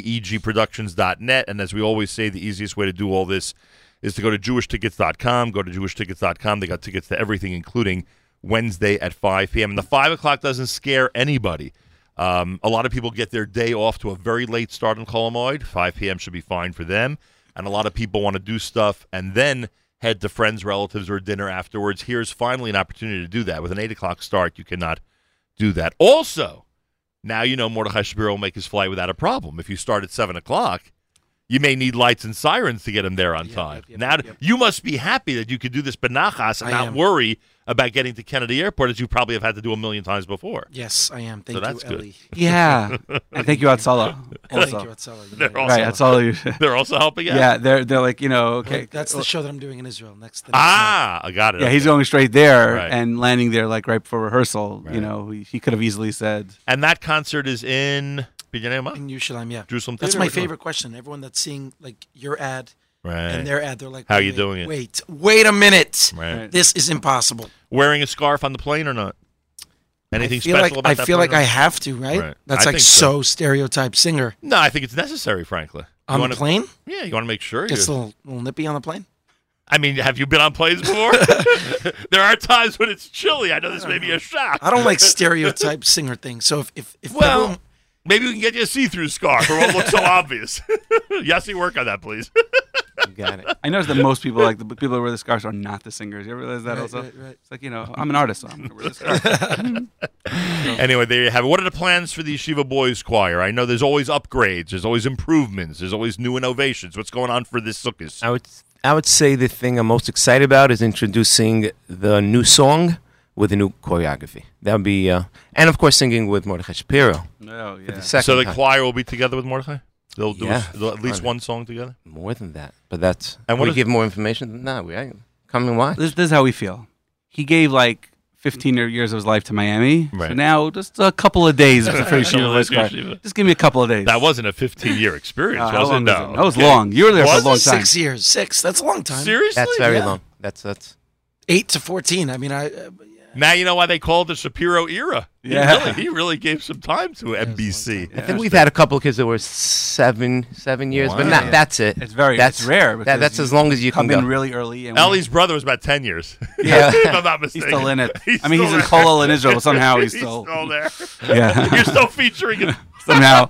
Speaker 1: EGProductions.net. And as we always say, the easiest way to do all this is to go to jewishtickets.com. Go to jewishtickets.com. They got tickets to everything, including Wednesday at 5 p.m. And the 5 o'clock doesn't scare anybody. Um, a lot of people get their day off to a very late start in Colomoid. 5 p.m. should be fine for them. And a lot of people want to do stuff and then head to friends, relatives, or dinner afterwards. Here's finally an opportunity to do that. With an 8 o'clock start, you cannot do that. Also, now you know Mordechai Shapiro will make his flight without a problem. If you start at 7 o'clock, you may need lights and sirens to get him there on time. now, you must be happy that you could do this benachas and
Speaker 2: I
Speaker 1: not
Speaker 2: am.
Speaker 1: worry about getting to Kennedy Airport, as you probably have had to do a million times before.
Speaker 2: yes, I am. Thank
Speaker 1: So
Speaker 2: you,
Speaker 1: that's good.
Speaker 2: Ellie.
Speaker 3: Yeah. and thank you, Atsala.
Speaker 2: Thank
Speaker 3: Also.
Speaker 2: you, Atsala.
Speaker 1: They're
Speaker 2: Yeah,
Speaker 1: all-
Speaker 3: Right, Atsala. you-
Speaker 1: They're also helping out.
Speaker 3: Yeah, they're they're like you know
Speaker 2: yeah.
Speaker 3: okay.
Speaker 2: That's the show that I'm doing in Israel next. the next night.
Speaker 1: Oh. Ah, I got it.
Speaker 3: Yeah, he's
Speaker 1: Okay.
Speaker 3: going straight there
Speaker 1: Right.
Speaker 3: and landing there like right before rehearsal.
Speaker 1: Right.
Speaker 3: You know, he, he could have easily said,
Speaker 1: And that concert is in B'nai Yama?
Speaker 2: in Yerushalayim. Yeah,
Speaker 1: Jerusalem
Speaker 2: That's
Speaker 1: Theater,
Speaker 2: my
Speaker 1: which one?
Speaker 2: favorite question. Everyone that's seeing like your ad
Speaker 1: Right.
Speaker 2: and their ad, they're like,
Speaker 1: How
Speaker 2: wait,
Speaker 1: you doing it?
Speaker 2: Wait, wait a minute.
Speaker 1: right.
Speaker 2: This is impossible.
Speaker 1: Wearing a scarf on the plane or not? Anything
Speaker 2: I feel
Speaker 1: special
Speaker 2: like,
Speaker 1: about
Speaker 2: I
Speaker 1: that
Speaker 2: feel
Speaker 1: plane
Speaker 2: like I
Speaker 1: or-
Speaker 2: have to, right?
Speaker 1: Right.
Speaker 2: That's
Speaker 1: I
Speaker 2: like
Speaker 1: think so.
Speaker 2: so stereotype singer
Speaker 1: No, I think it's necessary, frankly. You
Speaker 2: on
Speaker 1: wanna-
Speaker 2: the plane.
Speaker 1: Yeah, you want to make sure.
Speaker 2: It's
Speaker 1: you
Speaker 2: a little, little nippy on the plane.
Speaker 1: I mean, have you been on planes before? there are times when it's chilly. I know this may be a shock.
Speaker 2: I don't like stereotype singer things. So if if, if
Speaker 1: Well,
Speaker 2: everyone-
Speaker 1: Maybe we can get you a see-through scarf for what looks so obvious. Yossi, work on that, please.
Speaker 4: Got it.
Speaker 3: I noticed that most people, like the people that wear the scarves, are not the singers. You ever realize that
Speaker 2: Right,
Speaker 3: also?
Speaker 2: right, right.
Speaker 3: It's like you know, I'm an artist, so I'm gonna wear the scarf.
Speaker 1: anyway, there you have it. What are the plans for the Yeshiva Boys Choir? I know there's always upgrades, there's always improvements, there's always new innovations. What's going on for this Sukkot?
Speaker 4: I would I would say the thing I'm most excited about is introducing the new song with the new choreography. That would be uh, and of course singing with Mordechai Shapiro.
Speaker 3: no, yeah.
Speaker 4: The second
Speaker 1: So the
Speaker 4: time.
Speaker 1: choir will be together with Mordechai? They'll do
Speaker 4: Yeah.
Speaker 1: they'll at least one song together?
Speaker 4: more than that, but that's
Speaker 1: And
Speaker 4: and
Speaker 1: what
Speaker 4: we
Speaker 1: is-
Speaker 4: give more information than that. We I, come and watch.
Speaker 3: This, this is how we feel. He gave like 15 years of his life to Miami.
Speaker 1: Right.
Speaker 3: So now just a couple of days of the first year of his
Speaker 1: Yeshiva.
Speaker 3: life. Just give me a couple of days.
Speaker 1: That wasn't a 15-year experience,
Speaker 3: Uh, how
Speaker 1: was it?
Speaker 3: long
Speaker 1: No.
Speaker 3: That was
Speaker 1: Okay.
Speaker 3: long. You were there
Speaker 1: Was
Speaker 3: for a long time.
Speaker 2: Six years, six. That's a long time.
Speaker 1: Seriously?
Speaker 4: That's very
Speaker 2: yeah.
Speaker 4: long. That's that's
Speaker 2: Eight to fourteen. I mean, I. Uh,
Speaker 1: Now you know why they called it the Shapiro era.
Speaker 3: Yeah.
Speaker 1: He really, he really gave some time to NBC.
Speaker 4: I think we've had a couple of kids that were seven, seven years, but
Speaker 1: Wow.
Speaker 4: not, that's it.
Speaker 3: It's very-
Speaker 4: that's
Speaker 3: it's rare
Speaker 4: That,
Speaker 3: because
Speaker 4: that's
Speaker 3: you
Speaker 4: as long as you can
Speaker 3: Come
Speaker 4: go.
Speaker 3: in really early. And we-
Speaker 1: Ellie's brother was about 10 years,
Speaker 4: yeah,
Speaker 1: if I'm not
Speaker 3: he's
Speaker 1: mistaken.
Speaker 3: still in it.
Speaker 1: He's
Speaker 3: I mean, he's
Speaker 1: still
Speaker 3: in
Speaker 1: there.
Speaker 3: Kolol in Israel, but somehow he's still.
Speaker 1: there.
Speaker 3: Yeah.
Speaker 1: You're still featuring him.
Speaker 3: somehow.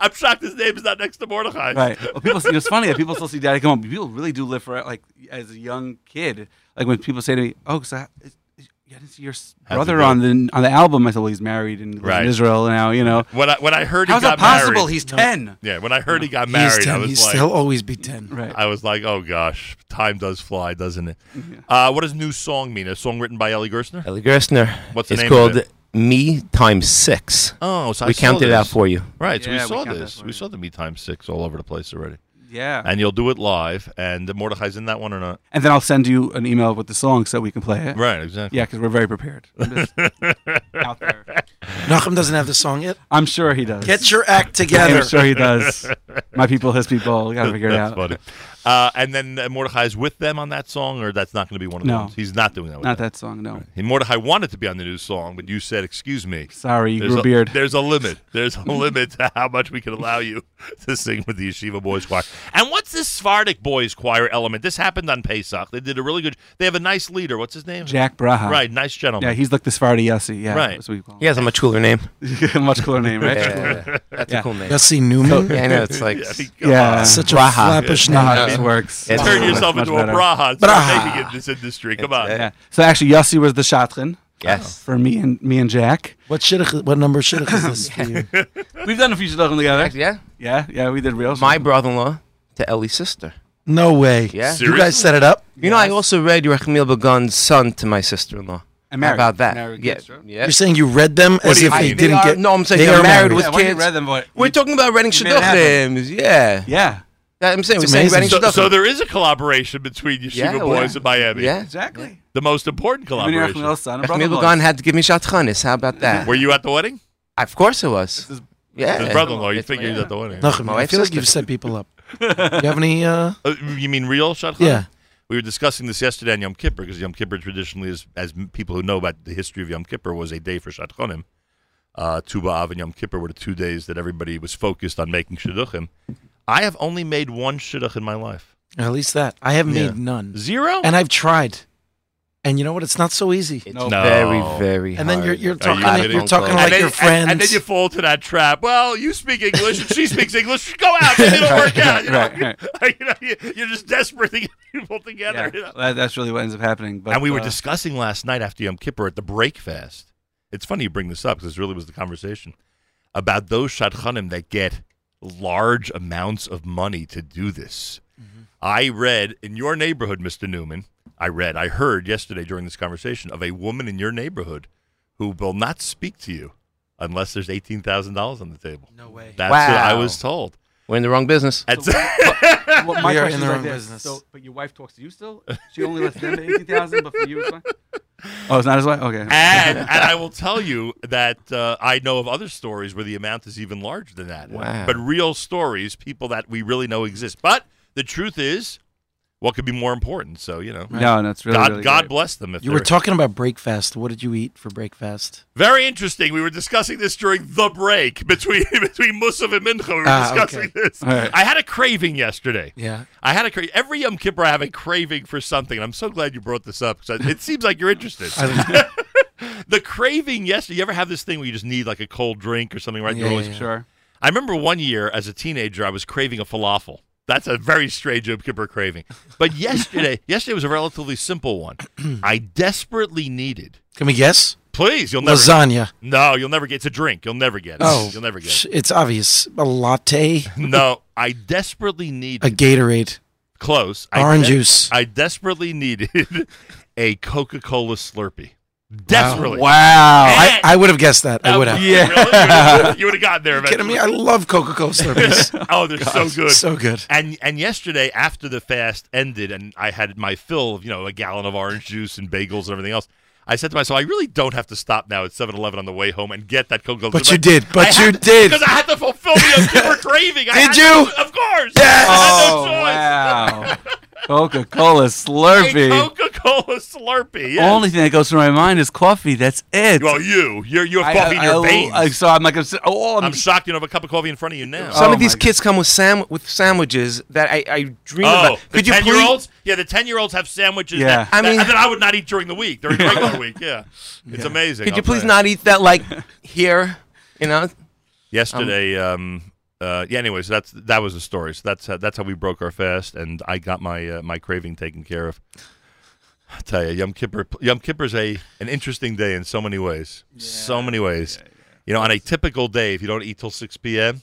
Speaker 1: I'm shocked his name is not next to Mordechai.
Speaker 3: Right. Well, people, you know, it's funny that people still see daddy come home. but People really do live for it. Like as a young kid, like when people say to me, "Oh, 'cause I, is- is- I didn't see your s-
Speaker 1: How's it
Speaker 3: brother
Speaker 1: go?
Speaker 3: on the on the album," I said, "Well, he's married and lives
Speaker 1: Right.
Speaker 3: in Israel now." You know,
Speaker 1: When I, when I heard
Speaker 3: how's
Speaker 1: he got
Speaker 3: that possible?
Speaker 1: married.
Speaker 3: He's ten.
Speaker 1: yeah, when I heard he got
Speaker 2: he's
Speaker 1: married, I
Speaker 2: ten.
Speaker 1: was
Speaker 2: He's
Speaker 1: like,
Speaker 2: he'll always be ten.
Speaker 3: Right.
Speaker 1: I was like, oh gosh, time does fly, doesn't it? Uh, what does new song mean? A song written by Ellie Gerstner?
Speaker 4: Ellie Gerstner.
Speaker 1: What's the
Speaker 4: it's
Speaker 1: name of
Speaker 4: called
Speaker 1: it?
Speaker 4: Me Times Six.
Speaker 1: Oh, so I
Speaker 4: we
Speaker 1: saw
Speaker 4: counted it out
Speaker 1: this.
Speaker 4: for you.
Speaker 1: Right, so we
Speaker 3: Yeah, we
Speaker 1: saw
Speaker 3: counted
Speaker 1: this.
Speaker 3: that for
Speaker 1: We
Speaker 3: you.
Speaker 1: saw the Me Time Six all over the place already.
Speaker 3: yeah. And,
Speaker 1: And you'll do it live, and Mordechai's in that one or not?
Speaker 3: then I'll send you an email with the song so we can play it.
Speaker 1: Right, exactly.
Speaker 3: Yeah, because we're very prepared. I'm just out there.
Speaker 2: Nachum doesn't have the song yet.
Speaker 3: I'm sure he does.
Speaker 2: Get your act together.
Speaker 3: I'm sure he does. My people, his people. We gotta figure it
Speaker 1: that's
Speaker 3: out.
Speaker 1: funny. Uh, and then uh, Mordechai's with them on that song, or that's not going to be one of
Speaker 3: No.
Speaker 1: those. He's not doing that. With
Speaker 3: Not
Speaker 1: them.
Speaker 3: that song. No.
Speaker 1: And Mordechai wanted to be on the new song, but you said, "Excuse me."
Speaker 3: Sorry, you
Speaker 1: There's
Speaker 3: grew a
Speaker 1: a,
Speaker 3: beard.
Speaker 1: there's a limit. There's a limit to how much we can allow you to sing with the Yeshiva Boys Choir. And what's this Sephardic Boys Choir element? This happened on Pesach. They did a really good. They have a nice leader. What's his name?
Speaker 3: Jack Braha.
Speaker 1: Right, nice gentleman.
Speaker 3: Yeah, he's like the Sephardi Yossi. Yeah,
Speaker 1: Oh Right.
Speaker 3: That's what you call him.
Speaker 4: He has a much cooler name.
Speaker 3: much cooler name, right?
Speaker 4: Yeah, that's
Speaker 3: Yeah.
Speaker 4: a cool name.
Speaker 2: Yossi Newman.
Speaker 4: yeah, I know. It's like
Speaker 1: Yeah, I mean, come
Speaker 3: Yeah.
Speaker 1: on.
Speaker 2: Such a
Speaker 4: Braha.
Speaker 2: flappish name.
Speaker 3: Nah, this works.
Speaker 4: It's-
Speaker 1: Turn
Speaker 4: Much
Speaker 1: yourself into a
Speaker 3: better.
Speaker 1: braha. and start
Speaker 2: Braha.
Speaker 1: making it in this industry. Come on.
Speaker 3: Yeah. So actually, Yossi was the shatran
Speaker 4: yes.
Speaker 3: for me and me and Jack.
Speaker 2: What shidduch, What number shidduch is this for you?
Speaker 3: We've done a few shidduchim together.
Speaker 4: Yeah,
Speaker 3: Yeah, yeah, we did real.
Speaker 4: my brother-in-law to Ellie's sister.
Speaker 2: No way.
Speaker 4: Yeah.
Speaker 2: You guys set it up.
Speaker 4: You know, I also read Rachmil Begun's son to my sister-in-law.
Speaker 3: And married.
Speaker 4: How about that?
Speaker 3: Married
Speaker 4: yeah,
Speaker 3: kids, right?
Speaker 4: yeah.
Speaker 2: You're saying you read them as
Speaker 1: do you
Speaker 2: if they
Speaker 1: mean?
Speaker 2: didn't
Speaker 4: are-
Speaker 2: get.
Speaker 4: No, I'm saying
Speaker 2: they
Speaker 4: they're
Speaker 2: are married.
Speaker 4: married, with
Speaker 3: yeah, when you
Speaker 4: kids.
Speaker 3: read them, what-
Speaker 4: We're talking about writing
Speaker 3: made it happen.
Speaker 4: shidduchim. Yeah.
Speaker 3: Yeah,
Speaker 4: That- I'm saying
Speaker 2: It's
Speaker 4: we're saying
Speaker 2: amazing.
Speaker 4: writing
Speaker 1: So,
Speaker 4: shidduchim.
Speaker 1: so there is a collaboration between Yeshiva
Speaker 4: Yeah, well,
Speaker 1: Boys and Miami.
Speaker 4: yeah.
Speaker 3: exactly.
Speaker 1: The most important
Speaker 3: I mean,
Speaker 1: collaboration.
Speaker 3: Rachmel's son and
Speaker 4: Rachmil
Speaker 3: brother-in-law.
Speaker 4: Begun had to give me shatchanis. How about that?
Speaker 1: Were you at the wedding?
Speaker 4: of course it was.
Speaker 3: is-
Speaker 4: yeah.
Speaker 1: His brother-in-law. You
Speaker 4: It's my-
Speaker 1: figure he's at the wedding.
Speaker 2: Nachum,
Speaker 4: My
Speaker 2: I
Speaker 4: wife's
Speaker 2: feel like
Speaker 4: sister.
Speaker 2: you've set people up. you have any? Uh,
Speaker 1: Uh, you mean real shadchan?
Speaker 2: Yeah.
Speaker 1: We were discussing this yesterday on Yom Kippur because Yom Kippur traditionally is, as m- people who know about the history of Yom Kippur, was a day for shadchanim. Uh, Tu B'Av and Yom Kippur were the two days that everybody was focused on making shidduchim. I have only made one shidduch in my life.
Speaker 2: at least that I have
Speaker 1: Yeah.
Speaker 2: made none,
Speaker 1: Zero?
Speaker 2: and I've tried. And you know what? It's not so easy.
Speaker 4: It's
Speaker 3: No.
Speaker 1: No.
Speaker 4: very, very
Speaker 2: And then
Speaker 4: hard.
Speaker 2: you're you're
Speaker 1: Are you
Speaker 2: talking like-
Speaker 1: kidding?
Speaker 2: you're talking
Speaker 1: and
Speaker 4: And
Speaker 2: like
Speaker 1: then,
Speaker 2: your
Speaker 1: and-
Speaker 2: friends.
Speaker 1: And, then you fall to that trap. Well, you speak English and she speaks English. Go out. Maybe it'll work out. You know,
Speaker 3: Right,
Speaker 1: you know, you- you're just desperate to get people together.
Speaker 3: Yeah,
Speaker 1: you know?
Speaker 3: that- that's really what ends up happening. But
Speaker 1: and we were
Speaker 3: uh,
Speaker 1: discussing last night after Yom Kippur at the break fast. It's funny you bring this up because this really was the conversation about those shadchanim that get large amounts of money to do this.
Speaker 3: Mm-hmm.
Speaker 1: I read in your neighborhood, Mr. Newman, I read, I heard yesterday during this conversation of a woman in your neighborhood who will not speak to you unless there's $18,000 on the table.
Speaker 2: no way.
Speaker 1: That's what I
Speaker 4: Wow.
Speaker 1: was told.
Speaker 4: We're in the wrong business.
Speaker 1: That's
Speaker 3: Well, my
Speaker 2: We are
Speaker 3: question
Speaker 2: in the
Speaker 3: is like
Speaker 2: wrong
Speaker 3: this.
Speaker 2: business.
Speaker 3: So, but your wife talks to you still? She only lets them pay eighty thousand, but for you, it's fine. Oh, it's not his wife. Okay.
Speaker 1: and, and I will tell you that uh, I know of other stories where the amount is even larger than that.
Speaker 4: Wow.
Speaker 1: But real stories, people that we really know exist. But the truth is, what could be more important? So you know,
Speaker 3: No, that's really
Speaker 1: God,
Speaker 3: really
Speaker 1: God
Speaker 3: great.
Speaker 1: bless them. If
Speaker 2: You were
Speaker 1: they're-
Speaker 2: talking about breakfast. What did you eat for breakfast?
Speaker 1: very interesting. We were discussing this during the break between between Musaf and Mincha. We were
Speaker 2: Ah,
Speaker 1: discussing
Speaker 2: okay.
Speaker 1: this.
Speaker 3: All right.
Speaker 1: I had a craving yesterday.
Speaker 2: Yeah.
Speaker 1: I had a cra- every Yom Kippur. I have a craving for something, and I'm so glad you brought this up because it seems like you're interested. the craving yesterday. You ever have this thing where you just need like a cold drink or something, right? You're
Speaker 2: Yeah,
Speaker 1: always-
Speaker 2: yeah, yeah.
Speaker 3: Sure.
Speaker 1: I remember one year as a teenager, I was craving a falafel. That's a very strange Yom Kippur craving. But yesterday, yesterday was a relatively simple one. I desperately needed.
Speaker 2: Can we guess?
Speaker 1: Please, you'll never.
Speaker 2: Lasagna.
Speaker 1: No, you'll never get. It's a drink. You'll never get it.
Speaker 2: Oh,
Speaker 1: you'll never get.
Speaker 2: sh-
Speaker 1: It.
Speaker 2: It's obvious. A latte,
Speaker 1: No, I desperately needed.
Speaker 2: a Gatorade.
Speaker 1: Close. I
Speaker 2: Orange
Speaker 1: des-
Speaker 2: juice.
Speaker 1: I desperately needed a Coca Cola Slurpee. Desperately. Oh,
Speaker 3: Wow.
Speaker 2: I, I would have guessed that. I would have.
Speaker 1: Really? You would've- You would have gotten there
Speaker 2: kidding
Speaker 1: eventually.
Speaker 2: me? I love Coca Cola Slurpees.
Speaker 1: Oh, they're so good.
Speaker 2: so good.
Speaker 1: and and yesterday after the fast ended and I had my fill of, you know, a gallon of orange juice and bagels and everything else. I said to myself, I really don't have to stop now at 7-Eleven on the way home and get that Coca-Cola.
Speaker 2: But you did. But you did.
Speaker 1: Because I had to fulfill the Yom Kippur craving. I
Speaker 2: Did
Speaker 1: had
Speaker 2: you?
Speaker 1: To, of course.
Speaker 2: Yes.
Speaker 1: I had no
Speaker 3: Oh,
Speaker 1: choice.
Speaker 3: wow. Coca Cola
Speaker 1: A
Speaker 3: Slurpee.
Speaker 1: Coca-Cola Slurpee. yes.
Speaker 3: Only thing that goes through my mind is coffee. That's it.
Speaker 1: Well, you, you're, you have
Speaker 3: I-
Speaker 1: coffee in
Speaker 3: I-
Speaker 1: your
Speaker 3: I-
Speaker 1: veins.
Speaker 3: I- so I'm like, I'm, si- oh, I'm,
Speaker 1: I'm shocked you don't have a cup of coffee in front of you now.
Speaker 4: Some
Speaker 3: Oh
Speaker 4: of these
Speaker 3: my
Speaker 4: kids come with sam with sandwiches that I, I dream
Speaker 1: Oh,
Speaker 4: about.
Speaker 1: the
Speaker 4: you
Speaker 1: ten year olds? Yeah, the ten year olds have sandwiches.
Speaker 3: Yeah.
Speaker 1: that,
Speaker 4: I
Speaker 1: that-
Speaker 4: mean-
Speaker 1: that I would not eat during the week during regular week. Yeah, it's amazing.
Speaker 4: Could
Speaker 1: I'll
Speaker 4: you please
Speaker 1: tell
Speaker 4: not eat that like here? You know,
Speaker 1: Yesterday, um, uh, yeah. Anyways, that's that was the story. So that's how, that's how we broke our fast, and I got my uh, my craving taken care of. I tell you, Yom Kippur, Yom Kippur's a an interesting day in so many ways, so many ways. You know, on a typical day, if you don't eat till six p.m.,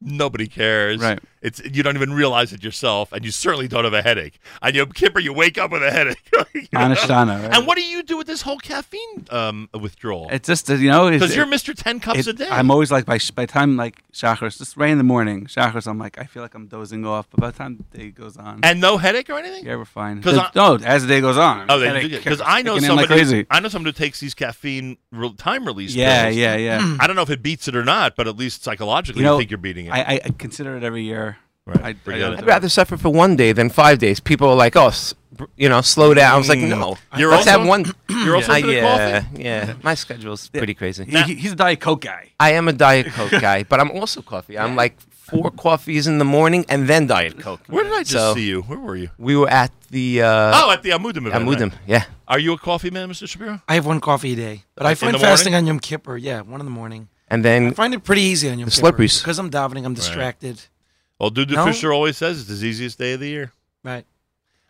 Speaker 1: nobody cares.
Speaker 3: Right.
Speaker 1: It's you don't even realize it yourself, and you certainly don't have a headache. On Yom Kippur, you wake up with a headache. You know?
Speaker 3: Anashtana, right?
Speaker 1: And what do you do with this whole caffeine um, withdrawal?
Speaker 3: It's just, that, you know, it's,
Speaker 1: Because you're
Speaker 3: it-
Speaker 1: Mr. Ten Cups
Speaker 3: it-
Speaker 1: a day.
Speaker 3: I'm always like, by, sh- by the time like Shachar's, just right in the morning, Shachar's, I'm like, I feel like I'm dozing off. But by the time the day goes on,
Speaker 1: and no headache or anything.
Speaker 3: yeah, we're fine.
Speaker 1: 'Cause
Speaker 3: The- no, as the day goes on.
Speaker 1: Oh, they
Speaker 3: headache
Speaker 1: do because
Speaker 3: kicks
Speaker 1: I know
Speaker 3: kicking in
Speaker 1: somebody.
Speaker 3: like crazy.
Speaker 1: I know someone who takes these caffeine re- time release.
Speaker 3: Yeah,
Speaker 1: pills.
Speaker 3: yeah, yeah.
Speaker 1: I don't know if it beats it or not, but at least psychologically, you,
Speaker 3: You know,
Speaker 1: think you're beating it.
Speaker 3: I, I, I consider it every year.
Speaker 1: Right,
Speaker 3: I, I
Speaker 1: forget
Speaker 3: don't
Speaker 1: it.
Speaker 3: do
Speaker 4: I'd rather suffer for one day than five days. People are like, oh, s- br- you know, slow down. I was like, no,
Speaker 1: You're
Speaker 4: let's
Speaker 1: also-
Speaker 4: have one.
Speaker 1: you're also
Speaker 4: I-
Speaker 1: into the
Speaker 4: yeah,
Speaker 1: coffee?
Speaker 4: yeah. My schedule's pretty crazy.
Speaker 3: He- he- he's a Diet Coke guy.
Speaker 4: I am a Diet Coke guy, but I'm also coffee. I'm like four coffees in the morning and then Diet Coke.
Speaker 1: Where did I just
Speaker 4: So-
Speaker 1: see you? Where were you?
Speaker 4: We were at the uh,
Speaker 1: Oh, at the Amudim event.
Speaker 4: Amudim.
Speaker 1: right.
Speaker 4: Yeah.
Speaker 1: Are you a coffee man, Mr. Shapiro?
Speaker 2: I have one coffee a day, but I
Speaker 1: In
Speaker 2: find
Speaker 1: the
Speaker 2: fasting on Yom Kippur. Yeah, one in the morning.
Speaker 4: And
Speaker 2: I
Speaker 4: then
Speaker 2: find it pretty easy on Yom
Speaker 4: The
Speaker 2: Kippur
Speaker 4: Slurpees.
Speaker 2: because I'm davening. I'm distracted.
Speaker 1: Well, Dude the
Speaker 2: No.
Speaker 1: Fisher always says it's his easiest day of the year.
Speaker 2: Right.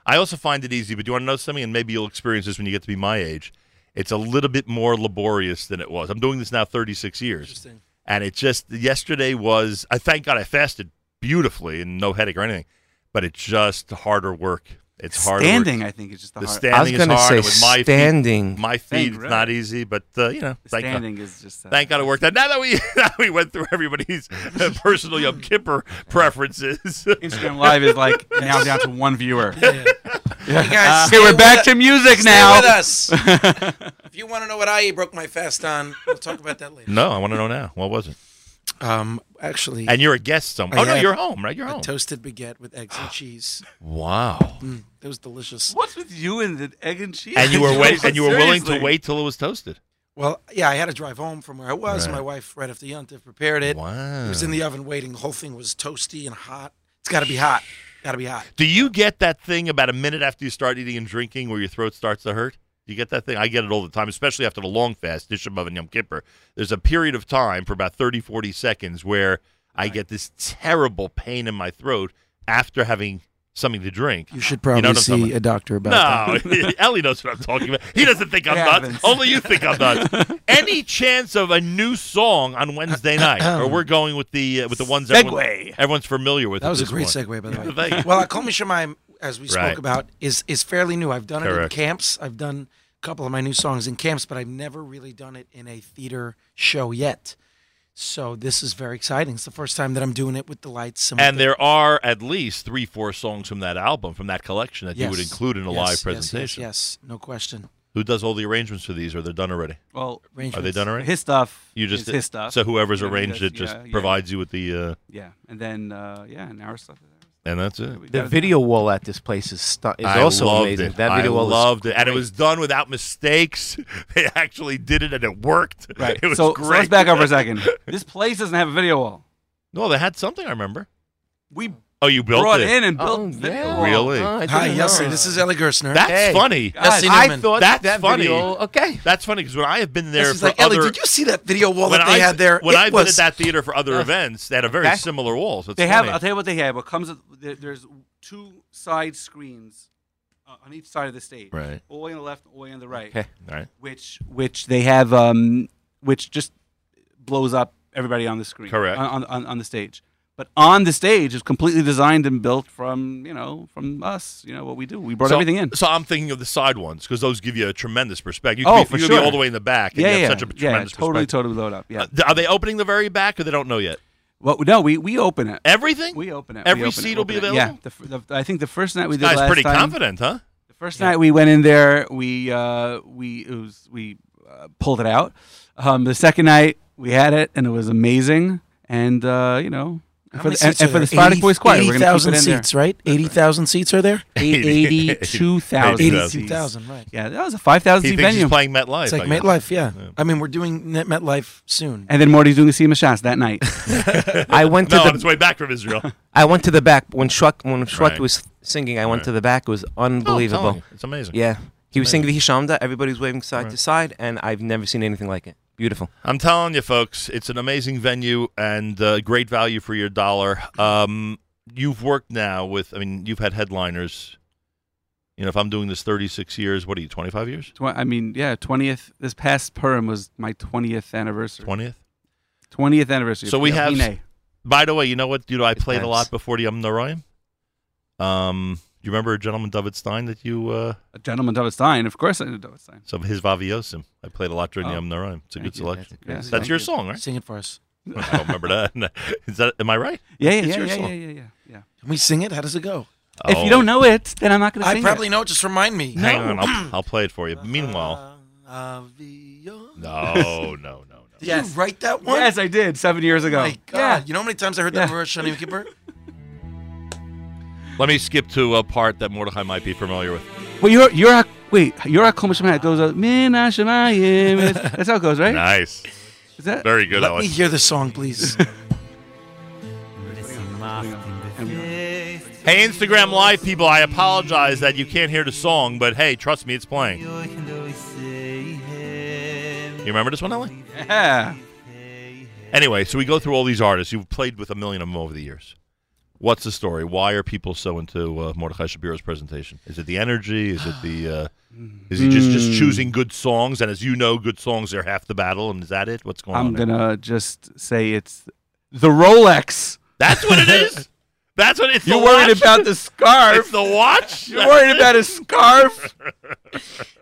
Speaker 1: I also find it easy, but you want to know something, and maybe you'll experience this when you get to be my age. It's a little bit more laborious than it was. I'm doing this now 36 years.
Speaker 2: Interesting.
Speaker 1: and it just yesterday was I thank God I fasted beautifully and no headache or anything, but it's just harder work. It's harder
Speaker 3: Standing,
Speaker 1: Work.
Speaker 3: I think, is just the,
Speaker 1: The
Speaker 3: hard-
Speaker 1: standing
Speaker 4: I was
Speaker 1: is
Speaker 4: gonna
Speaker 1: hard.
Speaker 4: say
Speaker 1: and with my
Speaker 4: standing.
Speaker 1: Feet, my feet,
Speaker 3: Standing,
Speaker 1: it's
Speaker 3: right.
Speaker 1: not easy, but uh, you know, thank God.
Speaker 3: standing is just. Uh,
Speaker 1: Thank God it worked out. Now that we now we went through everybody's uh, personal Yom Kippur preferences,
Speaker 3: Instagram Live is like now down to one viewer. Uh,
Speaker 2: guys,
Speaker 3: okay, we're back to music now.
Speaker 2: us. if you want to know what I broke my fast on, we'll talk about that later.
Speaker 1: no, I want to know now what was it?
Speaker 2: Um, actually,
Speaker 1: And you're a guest somewhere.
Speaker 2: I
Speaker 1: Oh no,
Speaker 2: had
Speaker 1: you're home, right? You're
Speaker 2: a
Speaker 1: home.
Speaker 2: toasted baguette with eggs and cheese.
Speaker 1: wow.
Speaker 2: It was delicious.
Speaker 3: What's with you and the egg and cheese?
Speaker 1: And you were wait, and you were willing to
Speaker 3: Seriously.
Speaker 1: wait till it was toasted.
Speaker 2: Well, yeah, I had to drive home from where I was. My wife, right after Yontif, prepared it.
Speaker 1: Wow.
Speaker 2: It was in the oven waiting. The whole thing was toasty and hot. It's got to be hot. Got to be hot.
Speaker 1: Do you get that thing about a minute after you start eating and drinking where your throat starts to hurt? You get that thing? I get it all the time, especially after the long fast, Nishabov and Yom Kippur. There's a period of time for about 30, 40 seconds where I get this terrible pain in my throat after having something to drink.
Speaker 2: You should
Speaker 1: You
Speaker 2: probably
Speaker 1: know what I'm
Speaker 2: see
Speaker 1: talking about.
Speaker 2: a doctor about that.
Speaker 1: No, Ellie knows what I'm talking about. He doesn't think I'm
Speaker 3: It
Speaker 1: nuts.
Speaker 3: happens.
Speaker 1: Only you think I'm nuts. Any chance of a new song on Wednesday night, or we're going with the uh, with the ones everyone,
Speaker 3: Segue.
Speaker 1: everyone's familiar with.
Speaker 2: That
Speaker 1: at
Speaker 2: was a
Speaker 1: this
Speaker 3: great
Speaker 1: point.
Speaker 2: segue, by the way.
Speaker 1: Thank you.
Speaker 2: Well, Kol Mishamayim, as we spoke
Speaker 1: Right.
Speaker 2: about, is is fairly new. I've done
Speaker 1: Correct.
Speaker 2: it in camps. I've done a couple of my new songs in camps, but I've never really done it in a theater show yet. So this is very exciting. It's the first time that I'm doing it with the lights. with
Speaker 1: And there are at least three, four songs from that album, from that collection, that you would
Speaker 2: Yes.
Speaker 1: include in a
Speaker 2: Yes,
Speaker 1: live
Speaker 2: yes,
Speaker 1: presentation.
Speaker 2: Yes, yes, no question.
Speaker 1: Who does all the arrangements for these, or they're done already?
Speaker 3: Well,
Speaker 1: Are they done already?
Speaker 3: his stuff.
Speaker 1: You just
Speaker 3: is his stuff.
Speaker 1: So whoever's
Speaker 3: You know, he
Speaker 1: arranged
Speaker 3: does-
Speaker 1: it just
Speaker 3: yeah, yeah.
Speaker 1: provides you with the, uh,
Speaker 3: Yeah, and then uh, yeah, and our stuff.
Speaker 1: and that's it.
Speaker 3: We
Speaker 4: the
Speaker 3: got it.
Speaker 4: video wall at this place is, stu- is
Speaker 1: I
Speaker 4: also
Speaker 1: loved
Speaker 4: amazing.
Speaker 1: it.
Speaker 4: That video
Speaker 1: I
Speaker 4: wall
Speaker 1: loved
Speaker 4: is
Speaker 1: it, and it was done without mistakes. They actually did it, and it worked.
Speaker 3: Right.
Speaker 1: It was
Speaker 3: so, so
Speaker 1: great.
Speaker 3: let's back up for a second. This place doesn't have a video wall.
Speaker 1: No, they had something. I remember.
Speaker 3: We
Speaker 1: Oh, you built
Speaker 3: brought
Speaker 1: it.
Speaker 3: in and built.
Speaker 4: Oh,
Speaker 3: the-
Speaker 4: yeah.
Speaker 1: Really?
Speaker 4: Oh, I
Speaker 2: Hi,
Speaker 4: didn't
Speaker 2: yes,
Speaker 4: know.
Speaker 2: sir. This is Ellie Gerstner.
Speaker 1: That's
Speaker 4: Hey.
Speaker 1: funny.
Speaker 3: God,
Speaker 2: Jesse
Speaker 4: I
Speaker 2: Newman.
Speaker 4: thought
Speaker 1: That's
Speaker 4: that
Speaker 1: funny.
Speaker 4: video. Okay.
Speaker 1: That's funny because when I have been there
Speaker 2: This is
Speaker 1: for
Speaker 2: like,
Speaker 1: other,
Speaker 2: Ellie, did you see that video wall
Speaker 1: when
Speaker 2: that they
Speaker 1: I
Speaker 2: had there?
Speaker 1: when
Speaker 2: It
Speaker 1: I've been at
Speaker 2: was-
Speaker 1: that theater for other events, they had a very
Speaker 3: Oh, Okay.
Speaker 1: similar wall. So it's
Speaker 3: They have.
Speaker 1: funny.
Speaker 3: I'll tell you what they have. It comes. with- there- There's two side screens uh, on each side of the stage.
Speaker 1: Right.
Speaker 3: All the way on the left, all the way on the right.
Speaker 4: Okay.
Speaker 1: All right.
Speaker 3: Which which they have. Um, which just blows up everybody on the screen.
Speaker 1: Correct.
Speaker 3: On on, on the stage. But on the stage is completely designed and built from you know from us. You know what we do. We brought
Speaker 1: so,
Speaker 3: everything in.
Speaker 1: So I'm thinking of the side ones because those give you a tremendous perspective. You
Speaker 3: Oh,
Speaker 1: could be,
Speaker 3: for
Speaker 1: you could be
Speaker 3: sure.
Speaker 1: all the way in the back. And
Speaker 3: yeah,
Speaker 1: you have
Speaker 3: yeah,
Speaker 1: such a
Speaker 3: yeah.
Speaker 1: tremendous
Speaker 3: Totally,
Speaker 1: perspective.
Speaker 3: totally load up. Yeah.
Speaker 1: Uh, are they opening the very back or they don't know yet?
Speaker 3: well, no, we we open it.
Speaker 1: Everything?
Speaker 3: We open it.
Speaker 1: Every
Speaker 3: we open
Speaker 1: seat
Speaker 3: it,
Speaker 1: will be
Speaker 3: open it.
Speaker 1: available?
Speaker 3: Yeah. The, fir- the, I think the first night we did
Speaker 1: Guy's
Speaker 3: last
Speaker 1: pretty
Speaker 3: time.
Speaker 1: confident, huh?
Speaker 3: The first night we went in there, we uh, we it was we uh, pulled it out. Um, the second night we had it, and it was amazing. And uh, you know, and for, the, and, and for the Spotted Boys Choir, we're going to
Speaker 2: 80,000
Speaker 3: keep it in
Speaker 2: seats, right? 80,000 seats are there?
Speaker 3: there. Eighty-two thousand.
Speaker 2: 82,000, right.
Speaker 3: Yeah, that was a five thousand
Speaker 1: He
Speaker 3: seat
Speaker 1: thinks
Speaker 3: venue.
Speaker 1: he's playing MetLife.
Speaker 2: It's
Speaker 1: I
Speaker 2: like
Speaker 1: guess.
Speaker 2: MetLife, yeah. I mean, we're doing Net MetLife soon.
Speaker 3: And then Morty's doing a Seam of Shots that night.
Speaker 4: I went to
Speaker 1: No, on
Speaker 4: the
Speaker 1: its way back from Israel.
Speaker 4: I went to the back when Shrek when Shrek
Speaker 1: Right.
Speaker 4: was singing. I went
Speaker 1: Right. Oh,
Speaker 4: to the back. It was
Speaker 1: No, I'm telling
Speaker 4: unbelievable.
Speaker 1: you, It's amazing.
Speaker 4: yeah, he was singing the Hishamda. Everybody's waving side to side, and I've never seen anything like it. Beautiful.
Speaker 1: I'm telling you, folks, it's an amazing venue and uh, great value for your dollar. Um, you've worked now with, I mean, you've had headliners. You know, if I'm doing this 36 years, what are you, 25 years?
Speaker 3: Tw- I mean, yeah, twentieth. This past Purim was my twentieth anniversary.
Speaker 1: 20th?
Speaker 3: Twentieth anniversary.
Speaker 1: So we
Speaker 3: Yeah,
Speaker 1: have-
Speaker 3: Hine.
Speaker 1: By the way, you know what, dude? I played a
Speaker 4: times.
Speaker 1: lot before the Yom Noroim. Um, do you remember a gentleman, David Stein, that you, uh,
Speaker 3: a gentleman David Stein. Of course, I know David Stein.
Speaker 1: some of his Vaviosim? I played a lot during the
Speaker 3: Oh,
Speaker 1: Yom Noroim. It's a
Speaker 3: thank
Speaker 1: good
Speaker 3: you.
Speaker 1: selection.
Speaker 3: Yeah,
Speaker 1: That's,
Speaker 3: thank
Speaker 1: your
Speaker 3: you.
Speaker 1: song, right?
Speaker 2: Sing it for us.
Speaker 1: I don't remember that. Is that, am I right?
Speaker 3: Yeah, yeah,
Speaker 1: It's
Speaker 3: yeah,
Speaker 1: your
Speaker 3: yeah, yeah,
Speaker 1: song.
Speaker 3: yeah, yeah, yeah.
Speaker 2: Can we sing it? How does it go?
Speaker 3: If
Speaker 1: Oh,
Speaker 3: you don't know it, then I'm not going to
Speaker 2: I
Speaker 3: sing
Speaker 2: probably
Speaker 3: it.
Speaker 2: know. Just remind me.
Speaker 1: Hang on, I'll, I'll play it for you. Meanwhile, no, no, no, no.
Speaker 2: Did you write that one?
Speaker 3: Yes, I did seven years ago.
Speaker 2: Oh my God.
Speaker 3: Yeah.
Speaker 2: You know how many times I heard
Speaker 3: Yeah.
Speaker 2: that for Rosh Hashanah Yom Kippur?
Speaker 1: Let me skip to a part that Mordechai might be familiar with.
Speaker 3: Well, you're you're a, wait, you're a Kol Shemayim. It goes uh, Min Hashemayim. It's- That's how it goes, right?
Speaker 1: Nice.
Speaker 3: Is that?
Speaker 1: Very good,
Speaker 2: Let
Speaker 1: Alex.
Speaker 2: me hear the song, please.
Speaker 1: Hey, Instagram Live people, I apologize that you can't hear the song, but hey, trust me, it's playing. You remember this one, Ellie?
Speaker 3: Yeah.
Speaker 1: Anyway, so we go through all these artists. You've played with a million of them over the years. What's the story? Why are people so into uh, Mordechai Shapiro's presentation? Is it the energy? Is it the? Uh, is he just
Speaker 3: Mm.
Speaker 1: just choosing good songs? And as you know, good songs are half the battle. And is that it? What's going
Speaker 3: I'm
Speaker 1: on? there?
Speaker 3: gonna just say it's the Rolex.
Speaker 1: That's what it is. That's what it's.
Speaker 3: You're
Speaker 1: the
Speaker 3: worried
Speaker 1: watch.
Speaker 3: about the
Speaker 1: It's
Speaker 3: scarf.
Speaker 1: the watch.
Speaker 3: You're worried about his scarf.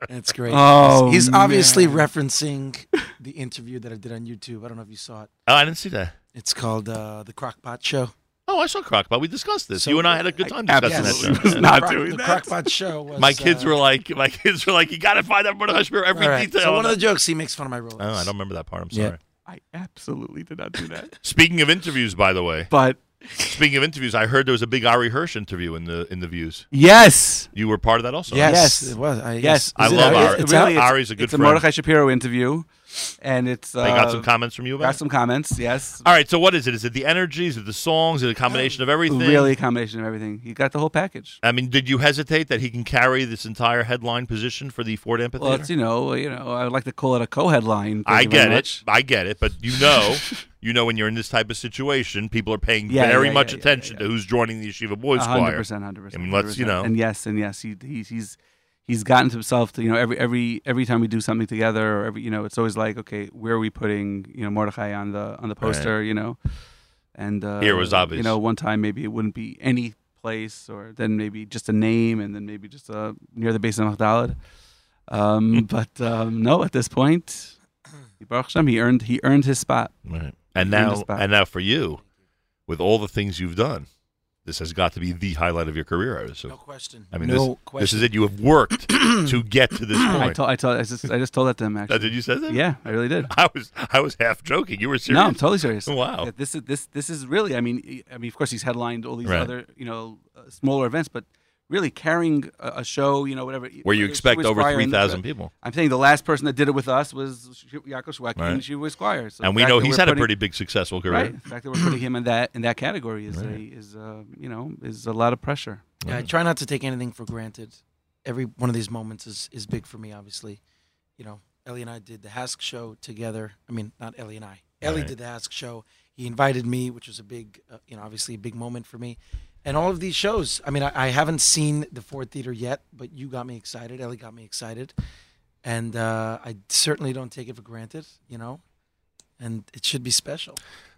Speaker 2: That's great.
Speaker 3: Oh,
Speaker 2: He's
Speaker 3: man.
Speaker 2: obviously referencing the interview that I did on YouTube. I don't know if you saw it.
Speaker 1: Oh, I didn't see that.
Speaker 2: It's called uh, The Crockpot Show.
Speaker 1: Oh, I saw Crockpot. We discussed this.
Speaker 2: So-
Speaker 1: you and I had a good time
Speaker 3: I-
Speaker 1: discussing
Speaker 3: Yes.
Speaker 1: that.
Speaker 3: He was
Speaker 1: show.
Speaker 3: not
Speaker 2: Crock-
Speaker 3: doing
Speaker 2: the
Speaker 3: that.
Speaker 2: Crockpot Show was.
Speaker 1: My kids
Speaker 2: uh,
Speaker 1: were like, my kids were like, you got to find out Mordechai Shapiro every
Speaker 2: all right.
Speaker 1: detail.
Speaker 2: So one of
Speaker 1: on
Speaker 2: the jokes, he makes fun of my Rolex.
Speaker 1: that. oh, I don't remember that part. I'm
Speaker 2: Yeah.
Speaker 1: sorry.
Speaker 3: I absolutely did not do that.
Speaker 1: Speaking of interviews, by the way,
Speaker 3: But
Speaker 1: speaking of interviews, I heard there was a big Ari Hirsch interview in the in the views.
Speaker 3: yes,
Speaker 1: You were part of that also.
Speaker 2: Yes,
Speaker 3: Yes.
Speaker 2: it was. I,
Speaker 3: Yes,
Speaker 1: I
Speaker 2: Is it
Speaker 1: love
Speaker 2: out?
Speaker 1: Ari.
Speaker 2: It's
Speaker 1: Really,
Speaker 2: out?
Speaker 1: it's- Ari's a good
Speaker 3: It's a
Speaker 1: friend.
Speaker 3: Mordechai Shapiro interview, and it's uh,
Speaker 1: They got some comments from you about
Speaker 3: got
Speaker 1: it?
Speaker 3: some comments. Yes,
Speaker 1: All right, so what is it? Is it the energy? Is it the songs? Is it a combination of everything?
Speaker 3: really a combination of everything. He got the whole package.
Speaker 1: I mean, did you hesitate that he can carry this entire headline position for the Ford Amphitheater?
Speaker 3: Well, it's you know, you know, I would like to call it a co-headline. Thank
Speaker 1: I
Speaker 3: you very
Speaker 1: get it.
Speaker 3: much.
Speaker 1: I get it. But you know, you know, when you're in this type of situation, people are paying
Speaker 3: Yeah,
Speaker 1: very
Speaker 3: yeah,
Speaker 1: much
Speaker 3: yeah, yeah,
Speaker 1: attention
Speaker 3: yeah,
Speaker 1: to who's joining the Yeshiva Boys
Speaker 3: A
Speaker 1: Choir.
Speaker 3: hundred percent, hundred
Speaker 1: I
Speaker 3: percent.
Speaker 1: mean, let's, you
Speaker 3: 100%.
Speaker 1: know.
Speaker 3: and yes, and yes, he, he he's he's gotten to himself to you know every every every time we do something together or every you know it's always like okay where are we putting you know Mordechai on the on the poster you know and uh,
Speaker 1: Here was obvious.
Speaker 3: you know one time maybe it wouldn't be any place or then maybe just a name and then maybe just uh, near the base of Magdalad. Um, but um, no, at this point, Baruch Hashem, he earned he earned his spot.
Speaker 1: Right. And
Speaker 3: Bring
Speaker 1: now,
Speaker 3: this back.
Speaker 1: and now for you, with all the things you've done, this has got to be the highlight of your career. I would assume.
Speaker 2: No question.
Speaker 1: I mean,
Speaker 2: no
Speaker 1: this,
Speaker 2: question.
Speaker 1: this is it. You have worked to get to this
Speaker 3: I
Speaker 1: point.
Speaker 3: told I told I just I just told that to him
Speaker 1: Uh,
Speaker 3: actually.
Speaker 1: did you say that?
Speaker 3: Yeah, I really did.
Speaker 1: I was, I was half joking. You were serious.
Speaker 3: No, I'm totally serious.
Speaker 1: Wow.
Speaker 3: That This is this this is really. I mean, I mean, of course, he's headlined all these
Speaker 1: Right.
Speaker 3: other you know uh, smaller events, but really carrying a, a show, you know, whatever.
Speaker 1: Where you
Speaker 3: She
Speaker 1: expect
Speaker 3: was
Speaker 1: over
Speaker 3: choir and-
Speaker 1: 3,000 people.
Speaker 3: I'm saying the last person that did it with us was Yaakov Shwaki,
Speaker 1: Right.
Speaker 3: and she was choir. So
Speaker 1: And
Speaker 3: the
Speaker 1: we
Speaker 3: fact
Speaker 1: know
Speaker 3: that
Speaker 1: he's
Speaker 3: we're
Speaker 1: had a
Speaker 3: putting-
Speaker 1: pretty big successful career.
Speaker 3: Right. The fact that we're putting him in that in that category is a, is uh, you know is a lot of pressure.
Speaker 2: Yeah,
Speaker 1: Mm-hmm.
Speaker 2: I try not to take anything for granted. Every one of these moments is is big for me, obviously. You know, Ellie and I did the Hask show together. I mean, not Ellie and I. Ellie
Speaker 1: Right.
Speaker 2: did the Hask show. He invited me, which was a big, uh, you know, obviously a big moment for me. And all of these shows. I mean, I, I haven't seen the Ford Theater yet, but you got me excited. Ellie got me excited, and uh, I certainly don't take it for granted. You know, and it should be special.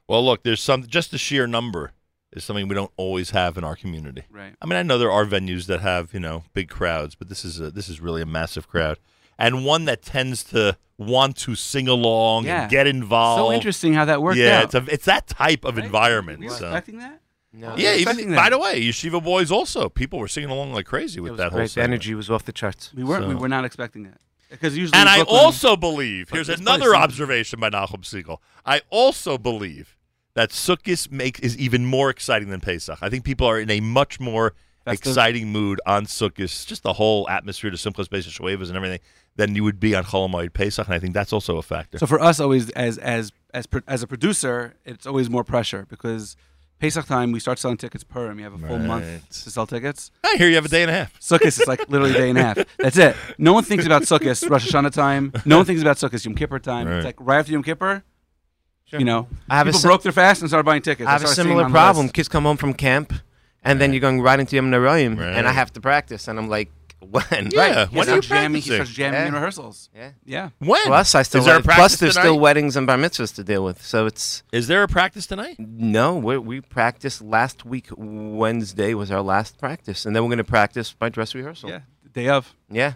Speaker 1: Well, look, there's some just the sheer number is something we don't always have in our community.
Speaker 3: Right.
Speaker 1: I mean, I know there are venues that have you know big crowds, but this is a, this is really a massive crowd, and one that tends to want to sing along
Speaker 3: Yeah.
Speaker 1: and get involved.
Speaker 3: So interesting how that worked
Speaker 1: yeah,
Speaker 3: out.
Speaker 1: it's a, it's that type of
Speaker 3: Right?
Speaker 1: environment.
Speaker 3: Were you
Speaker 1: so.
Speaker 3: expecting that?
Speaker 4: No.
Speaker 1: Yeah,
Speaker 3: expecting
Speaker 1: even
Speaker 3: that.
Speaker 1: by the way, Yeshiva Boys also people were singing along like crazy
Speaker 4: It
Speaker 1: with
Speaker 4: was
Speaker 1: that whole
Speaker 4: great. The
Speaker 1: segment.
Speaker 4: energy was off the charts.
Speaker 3: We weren't. We
Speaker 1: So-
Speaker 3: were not expecting that because usually.
Speaker 1: And
Speaker 3: in
Speaker 1: I
Speaker 3: Brooklyn-
Speaker 1: also believe here's
Speaker 3: But it's
Speaker 1: another
Speaker 3: probably some-
Speaker 1: observation by Nahum Siegel. I also believe that Sukkot make is even more exciting than Pesach. I think people are in a much more
Speaker 3: Festive.
Speaker 1: exciting mood on Sukkot, just the whole atmosphere to Simchas Beis Shuevas and everything, than you would be on Cholamoid Pesach. And I think that's also a factor.
Speaker 3: So for us, always as as as pro- as a producer, it's always more pressure because Pesach time we start selling tickets per, and you have a full
Speaker 1: Right.
Speaker 3: month to sell tickets.
Speaker 1: I hear you have a day and a half.
Speaker 3: Sukkot is like literally a day and a half. That's it. No one thinks about Sukkot Rosh Hashanah time. No one thinks about Sukkot Yom Kippur time.
Speaker 1: Right.
Speaker 3: It's like right after Yom Kippur, you know,
Speaker 4: I have a
Speaker 3: people
Speaker 4: sim-
Speaker 3: broke their fast and started buying tickets.
Speaker 4: I have a
Speaker 3: started seeing
Speaker 4: similar
Speaker 3: them on the list.
Speaker 4: problem. Kids come home from camp, and then you're going right into Yom Narayim, and I
Speaker 1: Right.
Speaker 4: have to practice, and I'm like, when?
Speaker 1: Yeah.
Speaker 4: Right.
Speaker 3: He
Speaker 1: When are you
Speaker 3: starts jamming, he starts
Speaker 1: practicing?
Speaker 3: jamming in
Speaker 4: Yeah.
Speaker 3: rehearsals.
Speaker 4: Yeah.
Speaker 3: Yeah.
Speaker 1: When
Speaker 4: Plus, I still
Speaker 1: is there a
Speaker 4: like- plus
Speaker 1: practice
Speaker 4: there's
Speaker 1: tonight?
Speaker 4: still weddings and bar mitzvahs to deal with, so it's
Speaker 1: Is there a practice tonight?
Speaker 4: no. We we practiced last week. Wednesday was our last practice, and then we're going to practice by dress rehearsal.
Speaker 3: Yeah. The day of.
Speaker 4: Yeah.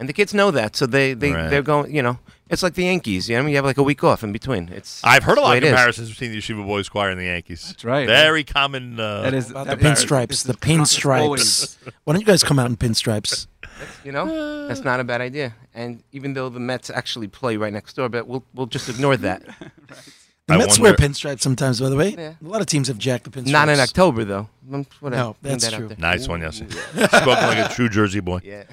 Speaker 4: And the kids know that, so they they
Speaker 1: Right.
Speaker 4: they are going. You know, it's like the Yankees. You know, what I mean, you have like a week off in between. It's
Speaker 1: I've heard a
Speaker 4: it's the
Speaker 1: lot
Speaker 4: way
Speaker 1: of
Speaker 4: it is.
Speaker 1: comparisons between the Yeshiva Boys Choir and the Yankees.
Speaker 3: That's right.
Speaker 1: Very common. Uh,
Speaker 3: That is
Speaker 2: About
Speaker 3: that
Speaker 2: the
Speaker 3: is-
Speaker 2: pinstripes,
Speaker 3: it's-
Speaker 2: the
Speaker 3: always.
Speaker 2: pinstripes. Why don't you guys come out in pinstripes?
Speaker 4: You know, that's not a bad idea. And even though the Mets actually play right next door, but we'll we'll just ignore that.
Speaker 2: The
Speaker 1: I
Speaker 2: Mets wear
Speaker 1: wonder-
Speaker 2: pinstripes sometimes, by the way.
Speaker 4: Yeah.
Speaker 2: A lot of teams have jacked the pinstripes.
Speaker 4: Not in October though. Mm, Whatever.
Speaker 2: No,
Speaker 4: Put
Speaker 2: that's
Speaker 4: that out
Speaker 2: true.
Speaker 4: there.
Speaker 1: Nice one, Yossi. Spoken like a true Jersey boy.
Speaker 4: Yeah.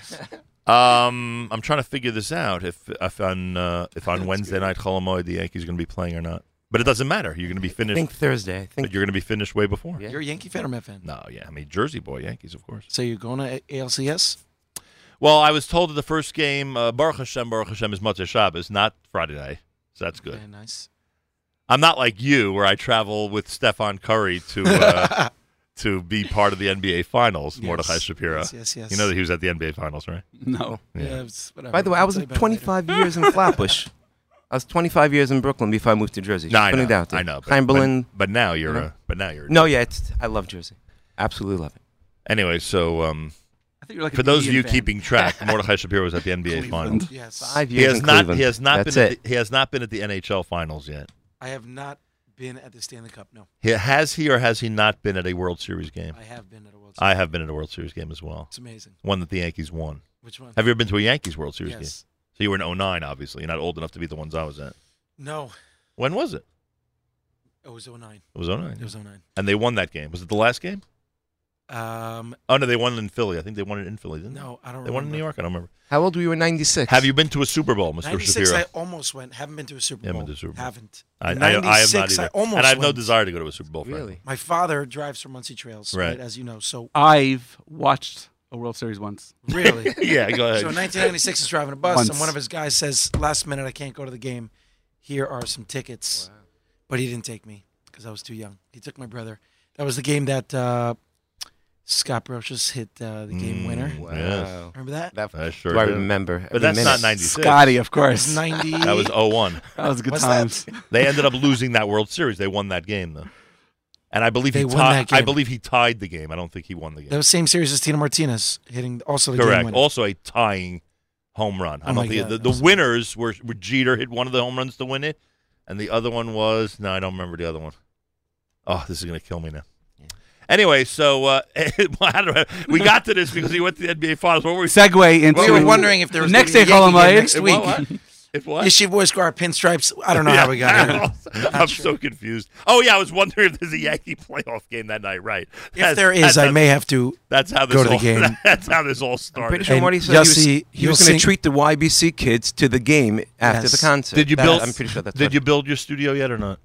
Speaker 1: Um, I'm trying to figure this out if if on uh, if on Wednesday night Cholamoid the Yankees are going to be playing or not. But it doesn't matter. You're going to be
Speaker 4: I
Speaker 1: finished.
Speaker 4: think Thursday. I
Speaker 1: but
Speaker 4: think
Speaker 1: you're going to be finished way before.
Speaker 4: Yeah.
Speaker 2: You're a Yankee fan or Met fan?
Speaker 1: No, yeah. I mean, Jersey boy, Yankees, of course.
Speaker 2: So you're going to A- ALCS?
Speaker 1: Well, I was told that the first game, uh, Baruch Hashem, Baruch Hashem is Matzah Shabbos, not Friday night. So that's good.
Speaker 2: Very nice.
Speaker 1: I'm not like you, where I travel with Stefan Curry to uh, to be part of the NBA Finals. Mordechai Shapiro.
Speaker 2: Yes, yes, yes.
Speaker 1: You know that he was at the NBA Finals, right?
Speaker 3: No.
Speaker 2: Yeah,
Speaker 1: Yeah.
Speaker 2: it's whatever.
Speaker 4: By the way, I
Speaker 2: I'll
Speaker 4: was
Speaker 2: tell you about it
Speaker 4: 25 years in Flatbush. I was 25 years in Brooklyn before I moved to Jersey.
Speaker 1: No,
Speaker 4: Just
Speaker 1: I
Speaker 4: putting
Speaker 1: know.
Speaker 4: it out there.
Speaker 1: I know. But,
Speaker 4: Chamberlain.
Speaker 1: But, but now you're.
Speaker 4: you know?
Speaker 1: Uh, but now you're.
Speaker 4: no, yeah, it's I love Jersey. Absolutely love it.
Speaker 1: Anyway, so um,
Speaker 3: I think you're like a
Speaker 1: for those of
Speaker 3: Indian
Speaker 1: you
Speaker 3: fan.
Speaker 1: keeping track, Mordechai Shapiro was at the NBA
Speaker 3: Cleveland.
Speaker 1: Finals.
Speaker 2: later. Yes.
Speaker 4: Five
Speaker 1: He
Speaker 4: years
Speaker 1: has
Speaker 4: in
Speaker 1: not.
Speaker 4: Cleveland.
Speaker 1: He has not
Speaker 4: That's
Speaker 1: been.
Speaker 4: it.
Speaker 1: At the, he has not been at the NHL Finals yet.
Speaker 2: I have not been at the Stanley Cup. No,
Speaker 1: He, has he or has he not been at a World Series game?
Speaker 2: I have been at a World Series.
Speaker 1: I have been at a World Series game as well.
Speaker 2: It's amazing.
Speaker 1: One that the Yankees won.
Speaker 2: Which one?
Speaker 1: Have you ever been to a Yankees World Series game?
Speaker 2: yes.
Speaker 1: So you were in 09, obviously. You're not old enough to be the ones I was at.
Speaker 2: No,
Speaker 1: When was it?
Speaker 2: it was 09.
Speaker 1: It was 09.
Speaker 2: It was 09.
Speaker 1: And they won that game. Was it the last game?
Speaker 2: Um,
Speaker 1: Oh no, they won it in Philly. I think they won it in Philly, didn't they?
Speaker 2: no, I don't
Speaker 1: They
Speaker 2: remember.
Speaker 1: won it in New York. I don't remember.
Speaker 4: How old were you in 96?
Speaker 1: Have you been to a Super Bowl, Mr.
Speaker 2: 96,
Speaker 1: Shapiro?
Speaker 2: I almost went. Haven't been to a Super
Speaker 1: Yeah, I
Speaker 2: Bowl.
Speaker 1: went to Super Bowl.
Speaker 2: Haven't.
Speaker 1: I,
Speaker 2: In
Speaker 1: I, I have
Speaker 2: 96,
Speaker 1: not either.
Speaker 2: I almost
Speaker 1: and I have no
Speaker 2: went.
Speaker 1: desire to go to a Super Bowl. frankly.
Speaker 4: really?
Speaker 2: My father drives from Muncie Trails,
Speaker 1: Right.
Speaker 2: As you know, so
Speaker 3: I've watched a World Series once.
Speaker 2: really.
Speaker 1: yeah, go ahead.
Speaker 2: So in 1996, he's driving a bus,
Speaker 3: Once.
Speaker 2: and one of his guys says, "Last minute, I can't go to the game. Here are some tickets," but he didn't take me because I was too young. He took my brother. That was the game that uh, Scott Brocious hit uh, the
Speaker 1: Mm.
Speaker 2: game winner.
Speaker 1: Wow.
Speaker 2: Remember that?
Speaker 4: That
Speaker 1: I sure
Speaker 4: do I
Speaker 1: do.
Speaker 4: remember.
Speaker 1: but that's not 96.
Speaker 3: Scotty, of
Speaker 2: It
Speaker 3: course.
Speaker 2: was 90.
Speaker 1: That was 01.
Speaker 3: That was good
Speaker 2: What's that?
Speaker 3: times.
Speaker 1: They ended up losing that World Series. They won that game though. And I believe he
Speaker 2: They won
Speaker 1: ti-
Speaker 2: that game.
Speaker 1: I believe he tied the game. I don't think he won the
Speaker 2: That
Speaker 1: game.
Speaker 2: was same series as Tina Martinez hitting also the game
Speaker 1: Correct.
Speaker 2: winner.
Speaker 1: Also a tying home run. I
Speaker 2: Oh
Speaker 1: don't
Speaker 2: my
Speaker 1: think
Speaker 2: God,
Speaker 1: the,
Speaker 2: that
Speaker 1: the
Speaker 2: was amazing.
Speaker 1: winners were, were Jeter hit one of the home runs to win it, and the other one was no, I don't remember the other one. Oh, this is gonna kill me now. Anyway, so uh, how do I- we got to this because he went to the NBA Finals. What were we
Speaker 3: Segue into
Speaker 2: we were wondering if there was
Speaker 3: next
Speaker 2: gonna be
Speaker 3: day
Speaker 2: a Yankee
Speaker 3: column
Speaker 2: game
Speaker 3: right?
Speaker 2: next week.
Speaker 1: What, what? If what?
Speaker 2: Yeshiva Boys Squad pinstripes. I don't know how we got here.
Speaker 1: I'm so confused. Oh yeah, I was wondering if there's a Yankee playoff game that night, right?
Speaker 2: If there is, I may have to.
Speaker 1: That's how this
Speaker 2: go to the
Speaker 1: all,
Speaker 2: game.
Speaker 1: That's how this all started.
Speaker 4: Pretty sure
Speaker 2: And
Speaker 4: Marty said he was-
Speaker 2: Yossi,
Speaker 4: he was,
Speaker 2: you'll
Speaker 4: going
Speaker 2: sing-
Speaker 4: to treat the YBC kids to the game after
Speaker 2: Yes.
Speaker 4: the concert.
Speaker 1: Did you
Speaker 4: That-
Speaker 1: build?
Speaker 4: I'm pretty sure that's.
Speaker 1: Did
Speaker 4: what-
Speaker 1: you build your studio yet or not?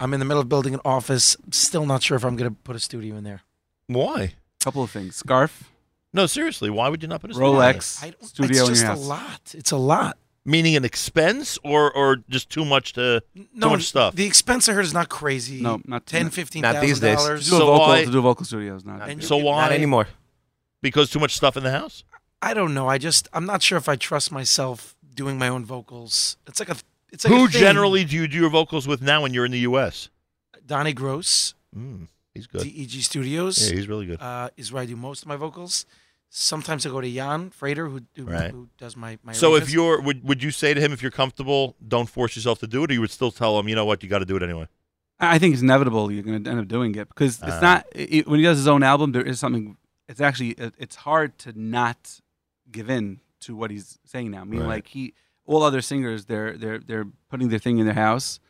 Speaker 2: I'm in the middle of building an office. Still not sure if I'm going to put a studio in there.
Speaker 1: Why?
Speaker 3: Couple of things: scarf,
Speaker 1: No, seriously. Why would you not put a studio in there?
Speaker 3: Rolex,
Speaker 2: I don't,
Speaker 3: studio
Speaker 2: it's
Speaker 3: in
Speaker 2: just
Speaker 3: your
Speaker 2: a
Speaker 3: house.
Speaker 2: lot. It's a lot.
Speaker 1: Meaning an expense, or or just too much to
Speaker 2: No,
Speaker 1: much stuff.
Speaker 2: The expense I heard is not crazy.
Speaker 3: No, not-
Speaker 2: ten,
Speaker 3: not-
Speaker 2: fifteen
Speaker 4: not these
Speaker 2: thousand
Speaker 4: days.
Speaker 2: dollars.
Speaker 3: To do a
Speaker 1: So
Speaker 3: vocal,
Speaker 1: why-
Speaker 3: to do a vocal studio is not.
Speaker 4: Not
Speaker 3: good.
Speaker 1: So why?
Speaker 4: Not anymore.
Speaker 1: because too much stuff in the house.
Speaker 2: I don't know. I just I'm not sure if I trust myself doing my own vocals. It's like a it's like
Speaker 1: Who
Speaker 2: a thing.
Speaker 1: generally do you do your vocals with now when you're in the U.S.?
Speaker 2: Donnie Gross,
Speaker 1: Mm, he's good.
Speaker 2: DEG Studios,
Speaker 1: Yeah, he's really good.
Speaker 2: uh, is where I do most of my vocals. Sometimes I go to Jan Frater, who who,
Speaker 1: Right.
Speaker 2: who does my my.
Speaker 1: So if
Speaker 2: arrangements.
Speaker 1: you're would would you say to him if you're comfortable, don't force yourself to do it, or you would still tell him, you know what, you got to do it anyway.
Speaker 3: I I think it's inevitable you're going to end up doing it because
Speaker 1: Ah.
Speaker 3: it's not it, when he does his own album. There is something. It's actually it, it's hard to not give in to what he's saying now. I mean,
Speaker 1: Right.
Speaker 3: like he, all other singers, they're they're they're putting their thing in their house,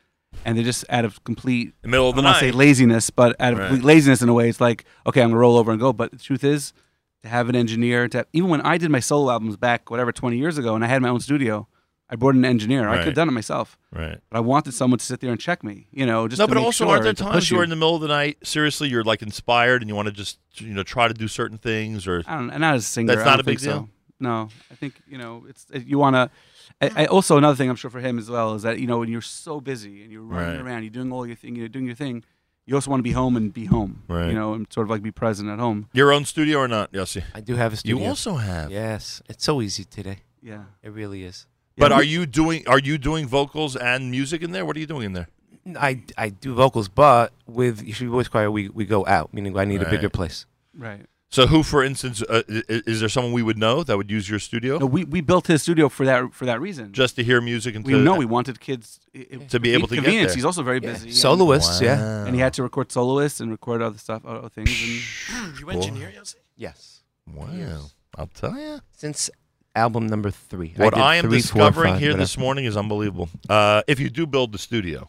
Speaker 3: and they're just out of complete.
Speaker 1: In the middle
Speaker 3: I
Speaker 1: of the
Speaker 3: don't want to say
Speaker 1: night.
Speaker 3: laziness, but out of
Speaker 1: Right.
Speaker 3: complete laziness in a way, it's like okay, I'm gonna roll over and go. But the truth is, to have an engineer, to have, even when I did my solo albums back whatever 20 years ago, and I had my own studio, I brought in an engineer. I could
Speaker 1: Right.
Speaker 3: have done it myself.
Speaker 1: Right.
Speaker 3: But I wanted someone to sit there and check me, you know, just
Speaker 1: no,
Speaker 3: to
Speaker 1: but
Speaker 3: make
Speaker 1: also
Speaker 3: sure
Speaker 1: aren't there
Speaker 3: to
Speaker 1: times
Speaker 3: push
Speaker 1: you're
Speaker 3: you.
Speaker 1: in the middle of the night? Seriously, you're like inspired and you want to just you know try to do certain things, or
Speaker 3: I don't. Not as a singer.
Speaker 1: That's
Speaker 3: I
Speaker 1: not
Speaker 3: don't
Speaker 1: a big
Speaker 3: think so.
Speaker 1: deal?
Speaker 3: No, I think you know it's it- you want to. I, I also another thing I'm sure for him as well is that you know when you're so busy and you're running
Speaker 1: Right.
Speaker 3: around, you're doing all your thing, you're doing your thing. You also want to be home and be home,
Speaker 1: Right.
Speaker 3: you know, and sort of like be present at home.
Speaker 1: your own studio or not, Yossi?
Speaker 4: I do have a studio.
Speaker 1: You also have.
Speaker 4: Yes, it's so easy today.
Speaker 3: Yeah.
Speaker 4: It really is.
Speaker 1: But
Speaker 3: Yeah.
Speaker 1: are you doing are you doing vocals and music in there? What are you doing in there?
Speaker 4: I, I do vocals, but with Yeshiva Boys Choir, we, we go out, meaning I need a bigger
Speaker 1: Right.
Speaker 4: place.
Speaker 3: right?
Speaker 1: So who, for instance, uh, is, is there someone we would know that would use your studio
Speaker 3: No, we, we built his studio for that for that reason.
Speaker 1: just to hear music and
Speaker 3: we
Speaker 1: to
Speaker 3: know we wanted kids it- it-
Speaker 1: To be able to get
Speaker 3: convenience.
Speaker 1: there.
Speaker 3: He's also very
Speaker 4: Yeah.
Speaker 3: busy. and-
Speaker 4: Soloists, yeah.
Speaker 1: Wow.
Speaker 3: and he had to record soloists and record other stuff, other things.
Speaker 2: Hmm,
Speaker 3: Hmm,
Speaker 2: you engineer, Yossi?
Speaker 4: Yes.
Speaker 1: Wow, I'll tell you.
Speaker 4: Since album number three.
Speaker 1: What
Speaker 4: did
Speaker 1: I, am
Speaker 4: three, four,
Speaker 1: discovering
Speaker 4: five,
Speaker 1: here
Speaker 4: whatever.
Speaker 1: this morning is unbelievable. Uh, if you do build the studio,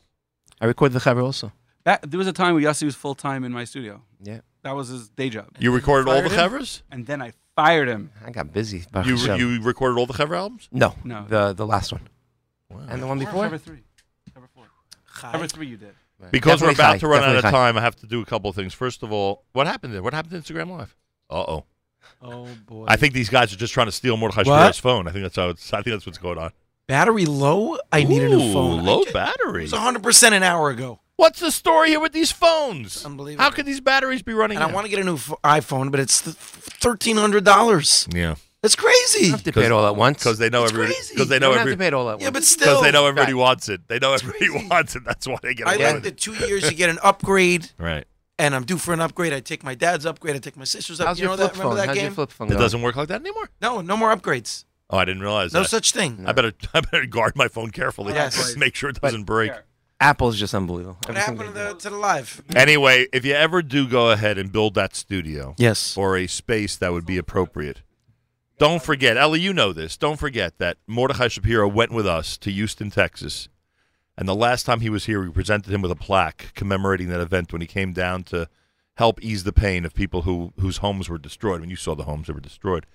Speaker 4: I recorded the cover also.
Speaker 3: And that, there was a time where Yossi was full time in my studio.
Speaker 4: Yeah.
Speaker 3: That was his day job.
Speaker 1: you recorded all
Speaker 2: fired
Speaker 1: the
Speaker 2: him?
Speaker 1: covers.
Speaker 3: and then I fired him.
Speaker 4: I got busy.
Speaker 1: You
Speaker 4: Baruch Hashem.
Speaker 1: you recorded all the cover albums.
Speaker 4: no,
Speaker 3: No.
Speaker 4: the the last one
Speaker 1: Wow.
Speaker 4: and the one
Speaker 3: Cover
Speaker 4: before.
Speaker 3: three. Cover four.
Speaker 2: Hi.
Speaker 3: Cover three you did.
Speaker 1: Because we're
Speaker 4: Definitely
Speaker 1: about
Speaker 4: high,
Speaker 1: to run out of
Speaker 4: definitely high.
Speaker 1: time, I have to do a couple of things. First of all, what happened there? What happened to Instagram Live? Uh oh.
Speaker 2: Oh boy.
Speaker 1: I think these guys are just trying to steal Mordechai
Speaker 2: What?
Speaker 1: Shapiro's phone. I think that's how. It's, I think that's what's going on.
Speaker 2: battery low. I need a
Speaker 1: Ooh,
Speaker 2: new phone.
Speaker 1: Low
Speaker 2: I ju- It
Speaker 1: battery.
Speaker 2: was 100 percent an hour ago,
Speaker 1: What's the story here with these phones?
Speaker 2: unbelievable.
Speaker 1: How could these batteries be running?
Speaker 2: and I
Speaker 1: out?
Speaker 2: want to get a new f- iPhone, but it's th- thirteen hundred dollars.
Speaker 1: Yeah,
Speaker 2: That's crazy.
Speaker 4: You have to pay it all at once.
Speaker 1: because they know
Speaker 2: It's
Speaker 1: everybody.
Speaker 2: crazy.
Speaker 1: Because they
Speaker 4: You
Speaker 1: know
Speaker 4: don't have
Speaker 1: every.
Speaker 4: to pay it all at
Speaker 2: Yeah, but
Speaker 4: once.
Speaker 2: still,
Speaker 1: Because they know everybody
Speaker 4: Right.
Speaker 1: wants it. They know everybody
Speaker 2: crazy.
Speaker 1: wants it. That's why they get
Speaker 2: I
Speaker 1: away
Speaker 2: like
Speaker 1: with
Speaker 2: the
Speaker 1: it.
Speaker 2: two years you get an upgrade,
Speaker 1: Right.
Speaker 2: and I'm due for an upgrade. I take my dad's upgrade. I take my sister's upgrade.
Speaker 4: How's
Speaker 2: You know
Speaker 4: your
Speaker 2: that?
Speaker 4: flip
Speaker 2: Remember
Speaker 4: phone?
Speaker 2: that
Speaker 4: How's your
Speaker 2: game?
Speaker 4: flip phone?
Speaker 1: It
Speaker 4: going?
Speaker 1: doesn't work like that anymore.
Speaker 2: No, no more upgrades.
Speaker 1: Oh, I didn't realize
Speaker 2: No
Speaker 1: that.
Speaker 2: such thing.
Speaker 1: I better I better guard my phone carefully.
Speaker 2: Yes.
Speaker 1: Make sure it doesn't break.
Speaker 3: Here.
Speaker 4: Apple's just unbelievable.
Speaker 2: What
Speaker 4: Every single
Speaker 2: happened to
Speaker 4: day.
Speaker 2: the, to the live?
Speaker 1: Anyway, if you ever do go ahead and build that studio
Speaker 2: Yes.
Speaker 1: or a space that would be appropriate, don't forget, Ellie, you know this. Don't forget that Mordechai Shapiro went with us to Houston, Texas. And the last time he was here, we presented him with a plaque commemorating that event when he came down to help ease the pain of people who whose homes were destroyed. When you saw the homes that were destroyed,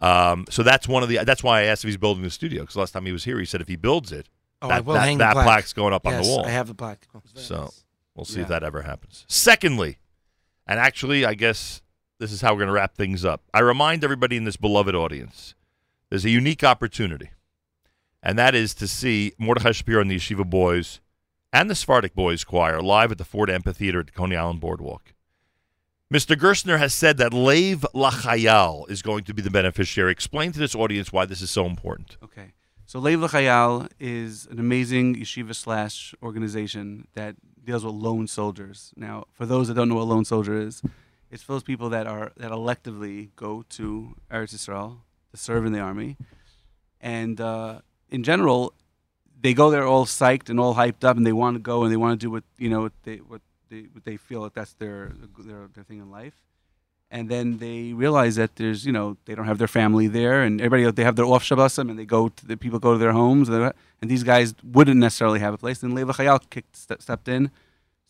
Speaker 1: um, so that's one of the. That's why I asked if he's building the studio because last time he was here, he said if he builds it,
Speaker 2: Oh,
Speaker 1: that,
Speaker 2: I will
Speaker 1: that,
Speaker 2: hang
Speaker 1: that
Speaker 2: the plaque.
Speaker 1: plaque's going up on
Speaker 2: yes,
Speaker 1: the wall.
Speaker 2: I have the plaque.
Speaker 1: So we'll see if
Speaker 3: Yeah.
Speaker 1: that ever happens. Secondly, and actually, I guess this is how we're going to wrap things up. I remind everybody in this beloved audience there's a unique opportunity, and that is to see Mordechai Shapiro and the Yeshiva Boys and the Sephardic Boys Choir live at the Ford Amphitheater at the Coney Island Boardwalk. Mr. Gerstner has said that Lev Lachayal is going to be the beneficiary. Explain to this audience why this is so important.
Speaker 3: Okay. So Leiv L'Chayal is an amazing yeshiva slash organization that deals with lone soldiers. Now, for those that don't know what a lone soldier is, it's for those people that are that electively go to Eretz Yisrael to serve in the army, and uh, in general, they go there all psyched and all hyped up, and they want to go and they want to do what you know what they what they what they feel that that's their their, their thing in life. and then they realize that there's you know they don't have their family there, and everybody they have their off shabbosim, and they go to the people go to their homes, and they're- and these guys wouldn't necessarily have a place. Then Leva Chayal kicked ste- stepped in,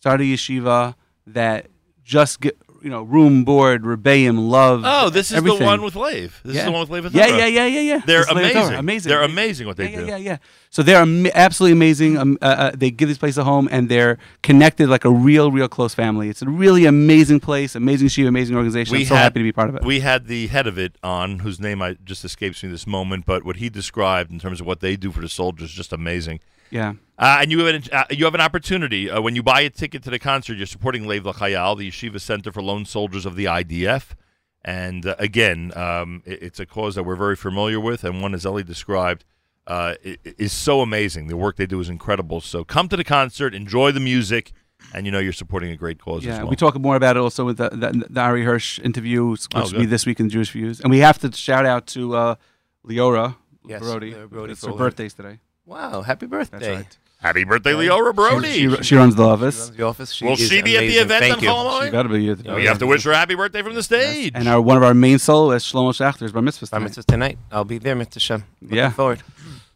Speaker 3: started a yeshiva that just get you know room board rebbeim love.
Speaker 1: Oh, this is the
Speaker 3: everything.
Speaker 1: one with Lave. This is
Speaker 3: Yeah.
Speaker 1: the one with Lave.
Speaker 3: Yeah, yeah, yeah, yeah, yeah.
Speaker 1: They're
Speaker 3: It's Leva
Speaker 1: amazing.
Speaker 3: Torah. amazing.
Speaker 1: They're amazing what they
Speaker 3: yeah,
Speaker 1: do.
Speaker 3: Yeah, yeah, yeah. So they're am- absolutely amazing. Um, uh, uh, they give this place a home, and they're connected like a real, real close family. It's a really amazing place, amazing shiva, amazing organization. I'm so happy to be part of it.
Speaker 1: We had the head of it on, whose name I just escapes me this moment, but what he described in terms of what they do for the soldiers is just amazing.
Speaker 3: yeah,
Speaker 1: Uh, and you have an uh, you have an opportunity uh, when you buy a ticket to the concert. You're supporting Lev Lachayal, the Yeshiva Center for Lone Soldiers of the IDF, and uh, again, um, it- it's a cause that we're very familiar with, and one as Ellie described uh, i- i- is so amazing. The work they do is incredible. So come to the concert, enjoy the music, and you know you're supporting a great cause as
Speaker 3: yeah.
Speaker 1: well.
Speaker 3: We talk more about it also with the, the, the Ari Hirsch interview, which
Speaker 1: Oh,
Speaker 3: will be
Speaker 1: good.
Speaker 3: this week in Jewish Views. And we have to shout out to uh, Leora
Speaker 4: Yes,
Speaker 3: Brody.
Speaker 4: Leora Brody
Speaker 3: It's her
Speaker 4: Brody.
Speaker 3: birthday's today.
Speaker 4: Wow, happy birthday.
Speaker 3: That's right.
Speaker 1: Happy birthday, Leora Brody!
Speaker 3: She, she, she runs the
Speaker 4: She
Speaker 3: office.
Speaker 4: runs the office. She
Speaker 1: Will
Speaker 4: is
Speaker 1: she be at the
Speaker 4: amazing.
Speaker 1: event
Speaker 4: Thank
Speaker 1: on
Speaker 4: you.
Speaker 1: Halloween?
Speaker 3: She better be here.
Speaker 1: we Oh, have to wish her happy birthday from the stage.
Speaker 3: Oh, And our one of our main soloists, Shlomo Shachter, is bar mitzvah.
Speaker 4: Bar
Speaker 3: tonight.
Speaker 4: mitzvah tonight. I'll be there, Mr. Shem. Looking
Speaker 3: Yeah.
Speaker 4: forward.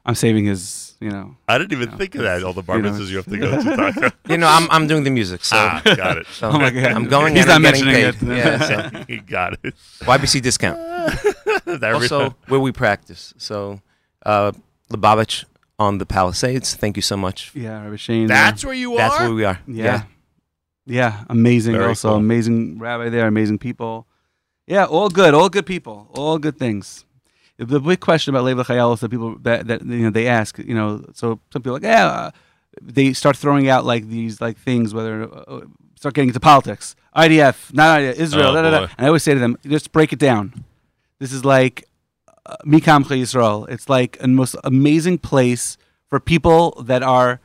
Speaker 3: I'm saving his, you know.
Speaker 1: I didn't even think of that. All the bar
Speaker 3: you know,
Speaker 1: mitzvahs you have to go to. Taka.
Speaker 4: You know, I'm, I'm doing the music, so.
Speaker 1: ah, got it.
Speaker 4: so
Speaker 3: Oh my God.
Speaker 4: I'm going
Speaker 3: He's
Speaker 4: and I'm
Speaker 3: not
Speaker 4: getting paid.
Speaker 3: mentioning it.
Speaker 4: Yeah,
Speaker 1: You got it.
Speaker 4: so YBC discount.
Speaker 1: That
Speaker 4: also
Speaker 1: really-
Speaker 4: where we practice. So, uh, Lubavitch on the Palisades. Thank you so much.
Speaker 3: Yeah, Rabbi Shane. uh,
Speaker 1: that's where you
Speaker 4: That's
Speaker 1: are.
Speaker 4: where we are.
Speaker 3: Yeah. Yeah. amazing.
Speaker 1: Very
Speaker 3: also,
Speaker 1: cool.
Speaker 3: amazing rabbi there, amazing people. Yeah, all good, all good people, all good things. The big question about Lev Chayal is that people that, that you know they ask, you know, so some people are like, yeah, uh," they start throwing out like these like things, whether uh, start getting into politics, IDF, not IDF, Israel,
Speaker 1: Oh,
Speaker 3: da, da, da.
Speaker 1: boy.
Speaker 3: and I always say to them, just break it down. This is like uh, Mikam Yisrael. It's like a most amazing place for people that are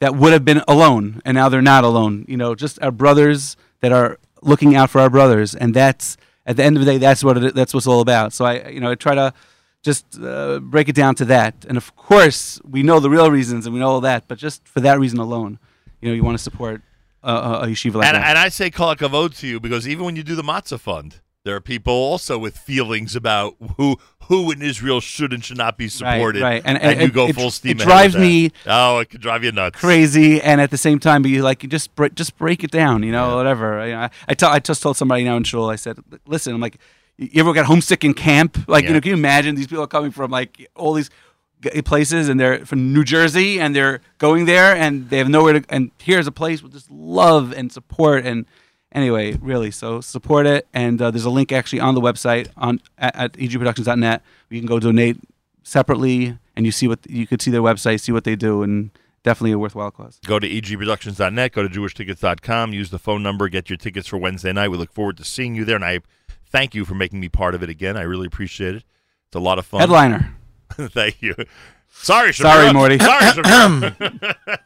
Speaker 3: that would have been alone and now they're not alone. You know, just our brothers that are looking out for our brothers, and that's at the end of the day, that's what it, that's what's all about. So I, you know, I try to just uh, break it down to that, and of course we know the real reasons and we know all that, but just for that reason alone, you know, you want to support uh, a yeshiva like
Speaker 1: and,
Speaker 3: that.
Speaker 1: and I say call kavod to you because even when you do the matzah fund, there are people also with feelings about who who in Israel should and should not be supported.
Speaker 3: right. And-
Speaker 1: And,
Speaker 3: and
Speaker 1: you
Speaker 3: it-
Speaker 1: go
Speaker 3: it-
Speaker 1: full
Speaker 3: it
Speaker 1: steam. ahead
Speaker 3: drives
Speaker 1: with that.
Speaker 3: me
Speaker 1: Oh, it could drive you nuts.
Speaker 3: crazy and at the same time be like you just break just break it down you know whatever you know, I, I, tell, I just told somebody now in shul I said listen I'm like you ever got homesick in camp like
Speaker 1: Yeah.
Speaker 3: you know can you imagine these people are coming from like all these g- places and they're from New Jersey and they're going there and they have nowhere to and here's a place with just love and support and anyway really so support it and uh, there's a link actually on the website on at, at E egproductions.net you can go donate separately and you see what you could see their website see what they do and definitely a worthwhile cause
Speaker 1: Go to egproductions.net, go to jewishtickets.com, use the phone number, get your tickets for Wednesday night. We look forward to seeing you there, and I thank you for making me part of it again. I really appreciate it. It's a lot of fun.
Speaker 3: headliner
Speaker 1: thank you. Sorry, Shabira.
Speaker 3: Sorry, Morty.
Speaker 1: Sorry, Shabira.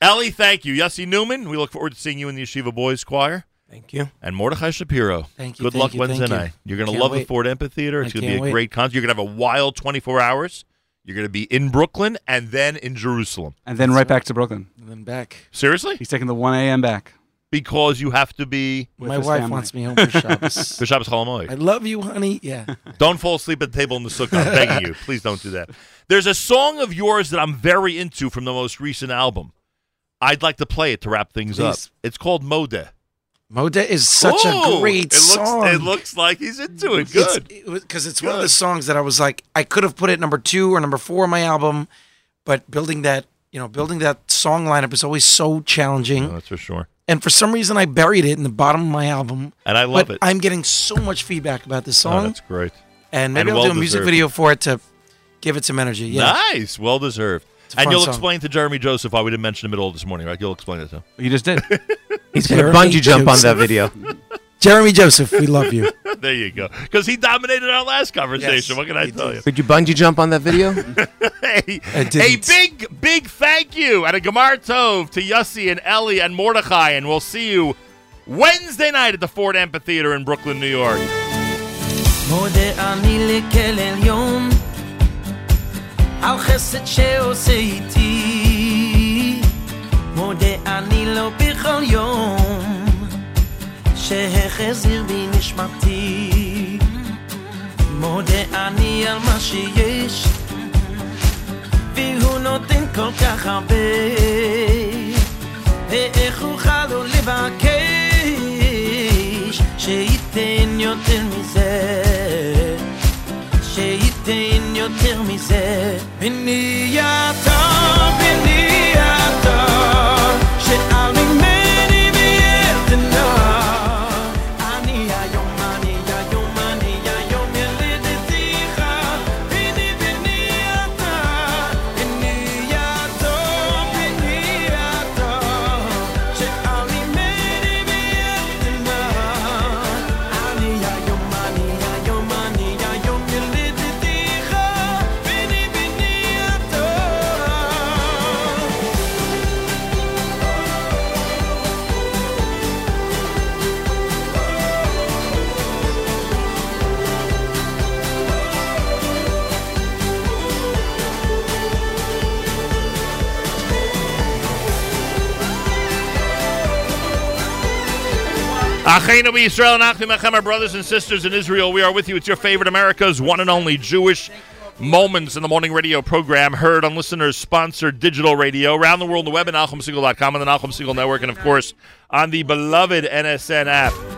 Speaker 1: Ellie, thank you. Yossi Newman, we look forward to seeing you in the Yeshiva Boys Choir.
Speaker 4: Thank you.
Speaker 1: And Mordechai Shapiro.
Speaker 2: Thank you,
Speaker 1: Good
Speaker 2: thank
Speaker 1: luck
Speaker 2: you,
Speaker 1: Wednesday
Speaker 2: thank you.
Speaker 1: night. You're going to
Speaker 2: Can't
Speaker 1: love the
Speaker 2: wait.
Speaker 1: Ford Amphitheater. It's
Speaker 2: I
Speaker 1: going to be a
Speaker 2: can't wait.
Speaker 1: great concert. You're going to have a wild 24 hours. You're going to be in Brooklyn and then in Jerusalem.
Speaker 3: and then right back to Brooklyn.
Speaker 2: And then back.
Speaker 1: Seriously?
Speaker 3: He's taking the 1 a.m. back.
Speaker 1: Because you have to be
Speaker 3: With
Speaker 2: My
Speaker 3: his
Speaker 2: wife
Speaker 3: family.
Speaker 2: wants me home for Shabbos.
Speaker 1: for Shabbos Cholamoid.
Speaker 2: I love you, honey. Yeah.
Speaker 1: Don't fall asleep at the table in the sukkah. I'm begging you. Please don't do that. There's a song of yours that I'm very into from the most recent album. I'd like to play it to wrap things
Speaker 2: Please.
Speaker 1: up. It's called Moda.
Speaker 2: Moda is such
Speaker 1: Ooh,
Speaker 2: a great
Speaker 1: it looks,
Speaker 2: song.
Speaker 1: It looks like he's into it. Good.
Speaker 2: because it's, one of
Speaker 1: Good.
Speaker 2: the songs that I was like, I could have put it number two or number four on my album, but building that, you know, building that song lineup is always so challenging.
Speaker 1: Oh, that's for sure.
Speaker 2: And for some reason, I buried it in the bottom of my album.
Speaker 1: And I love
Speaker 2: but
Speaker 1: it.
Speaker 2: I'm getting so much feedback about this
Speaker 1: Oh,
Speaker 2: song,
Speaker 1: that's great.
Speaker 2: and
Speaker 1: and
Speaker 2: maybe I'll
Speaker 1: well
Speaker 2: do a music
Speaker 1: deserved.
Speaker 2: video for it to give it some energy. Yeah,
Speaker 1: Nice. Well deserved.
Speaker 2: a
Speaker 1: And
Speaker 2: fun
Speaker 1: you'll
Speaker 2: song.
Speaker 1: explain to Jeremy Joseph why we didn't mention him at all this morning, right? You'll explain it to him.
Speaker 3: You just did.
Speaker 4: He's going to
Speaker 2: Jeremy
Speaker 4: bungee jump on that
Speaker 2: Joseph.
Speaker 4: video.
Speaker 2: Jeremy Joseph, we love you.
Speaker 1: there you go. Because he dominated our last conversation.
Speaker 2: Yes,
Speaker 1: what can I
Speaker 2: he
Speaker 1: tell
Speaker 2: did.
Speaker 1: you?
Speaker 4: Could you bungee jump on that video?
Speaker 1: Hey, a
Speaker 2: didn't.
Speaker 1: big, big thank you and a Gamar Tov to Yossi and Ellie and Mordechai, and we'll see you Wednesday night at the Ford Amphitheater in Brooklyn, New York.
Speaker 5: מודה אני לכל עליון על חסד שעושה איתי מודה אני לו בכל יום שהחזיר בי נשמתי על מה שיש, והוא נותן כל כך הרבה. איך אוכל הוא לבקש שייתן יותר מזה? שייתן יותר מזה. בני אתה, בני אתה, שאל ממני מי אתנה. אני היום, אני היום, אני היום ילדתיך. בני, בני אתה, בני אתה, בני אתה, שאל ממני מי אתנה. אני היום, אני היום, אני היום ילדתיך. בני, בני אתה.
Speaker 1: Achenu Israel and Achim Achem, our brothers and sisters in Israel, we are with you. It's your favorite America's one and only Jewish Moments in the Morning radio program, heard on listeners sponsored digital radio around the world, on the web at alchemsingle.com and the Nahum Single Network, and of course on the beloved NSN app.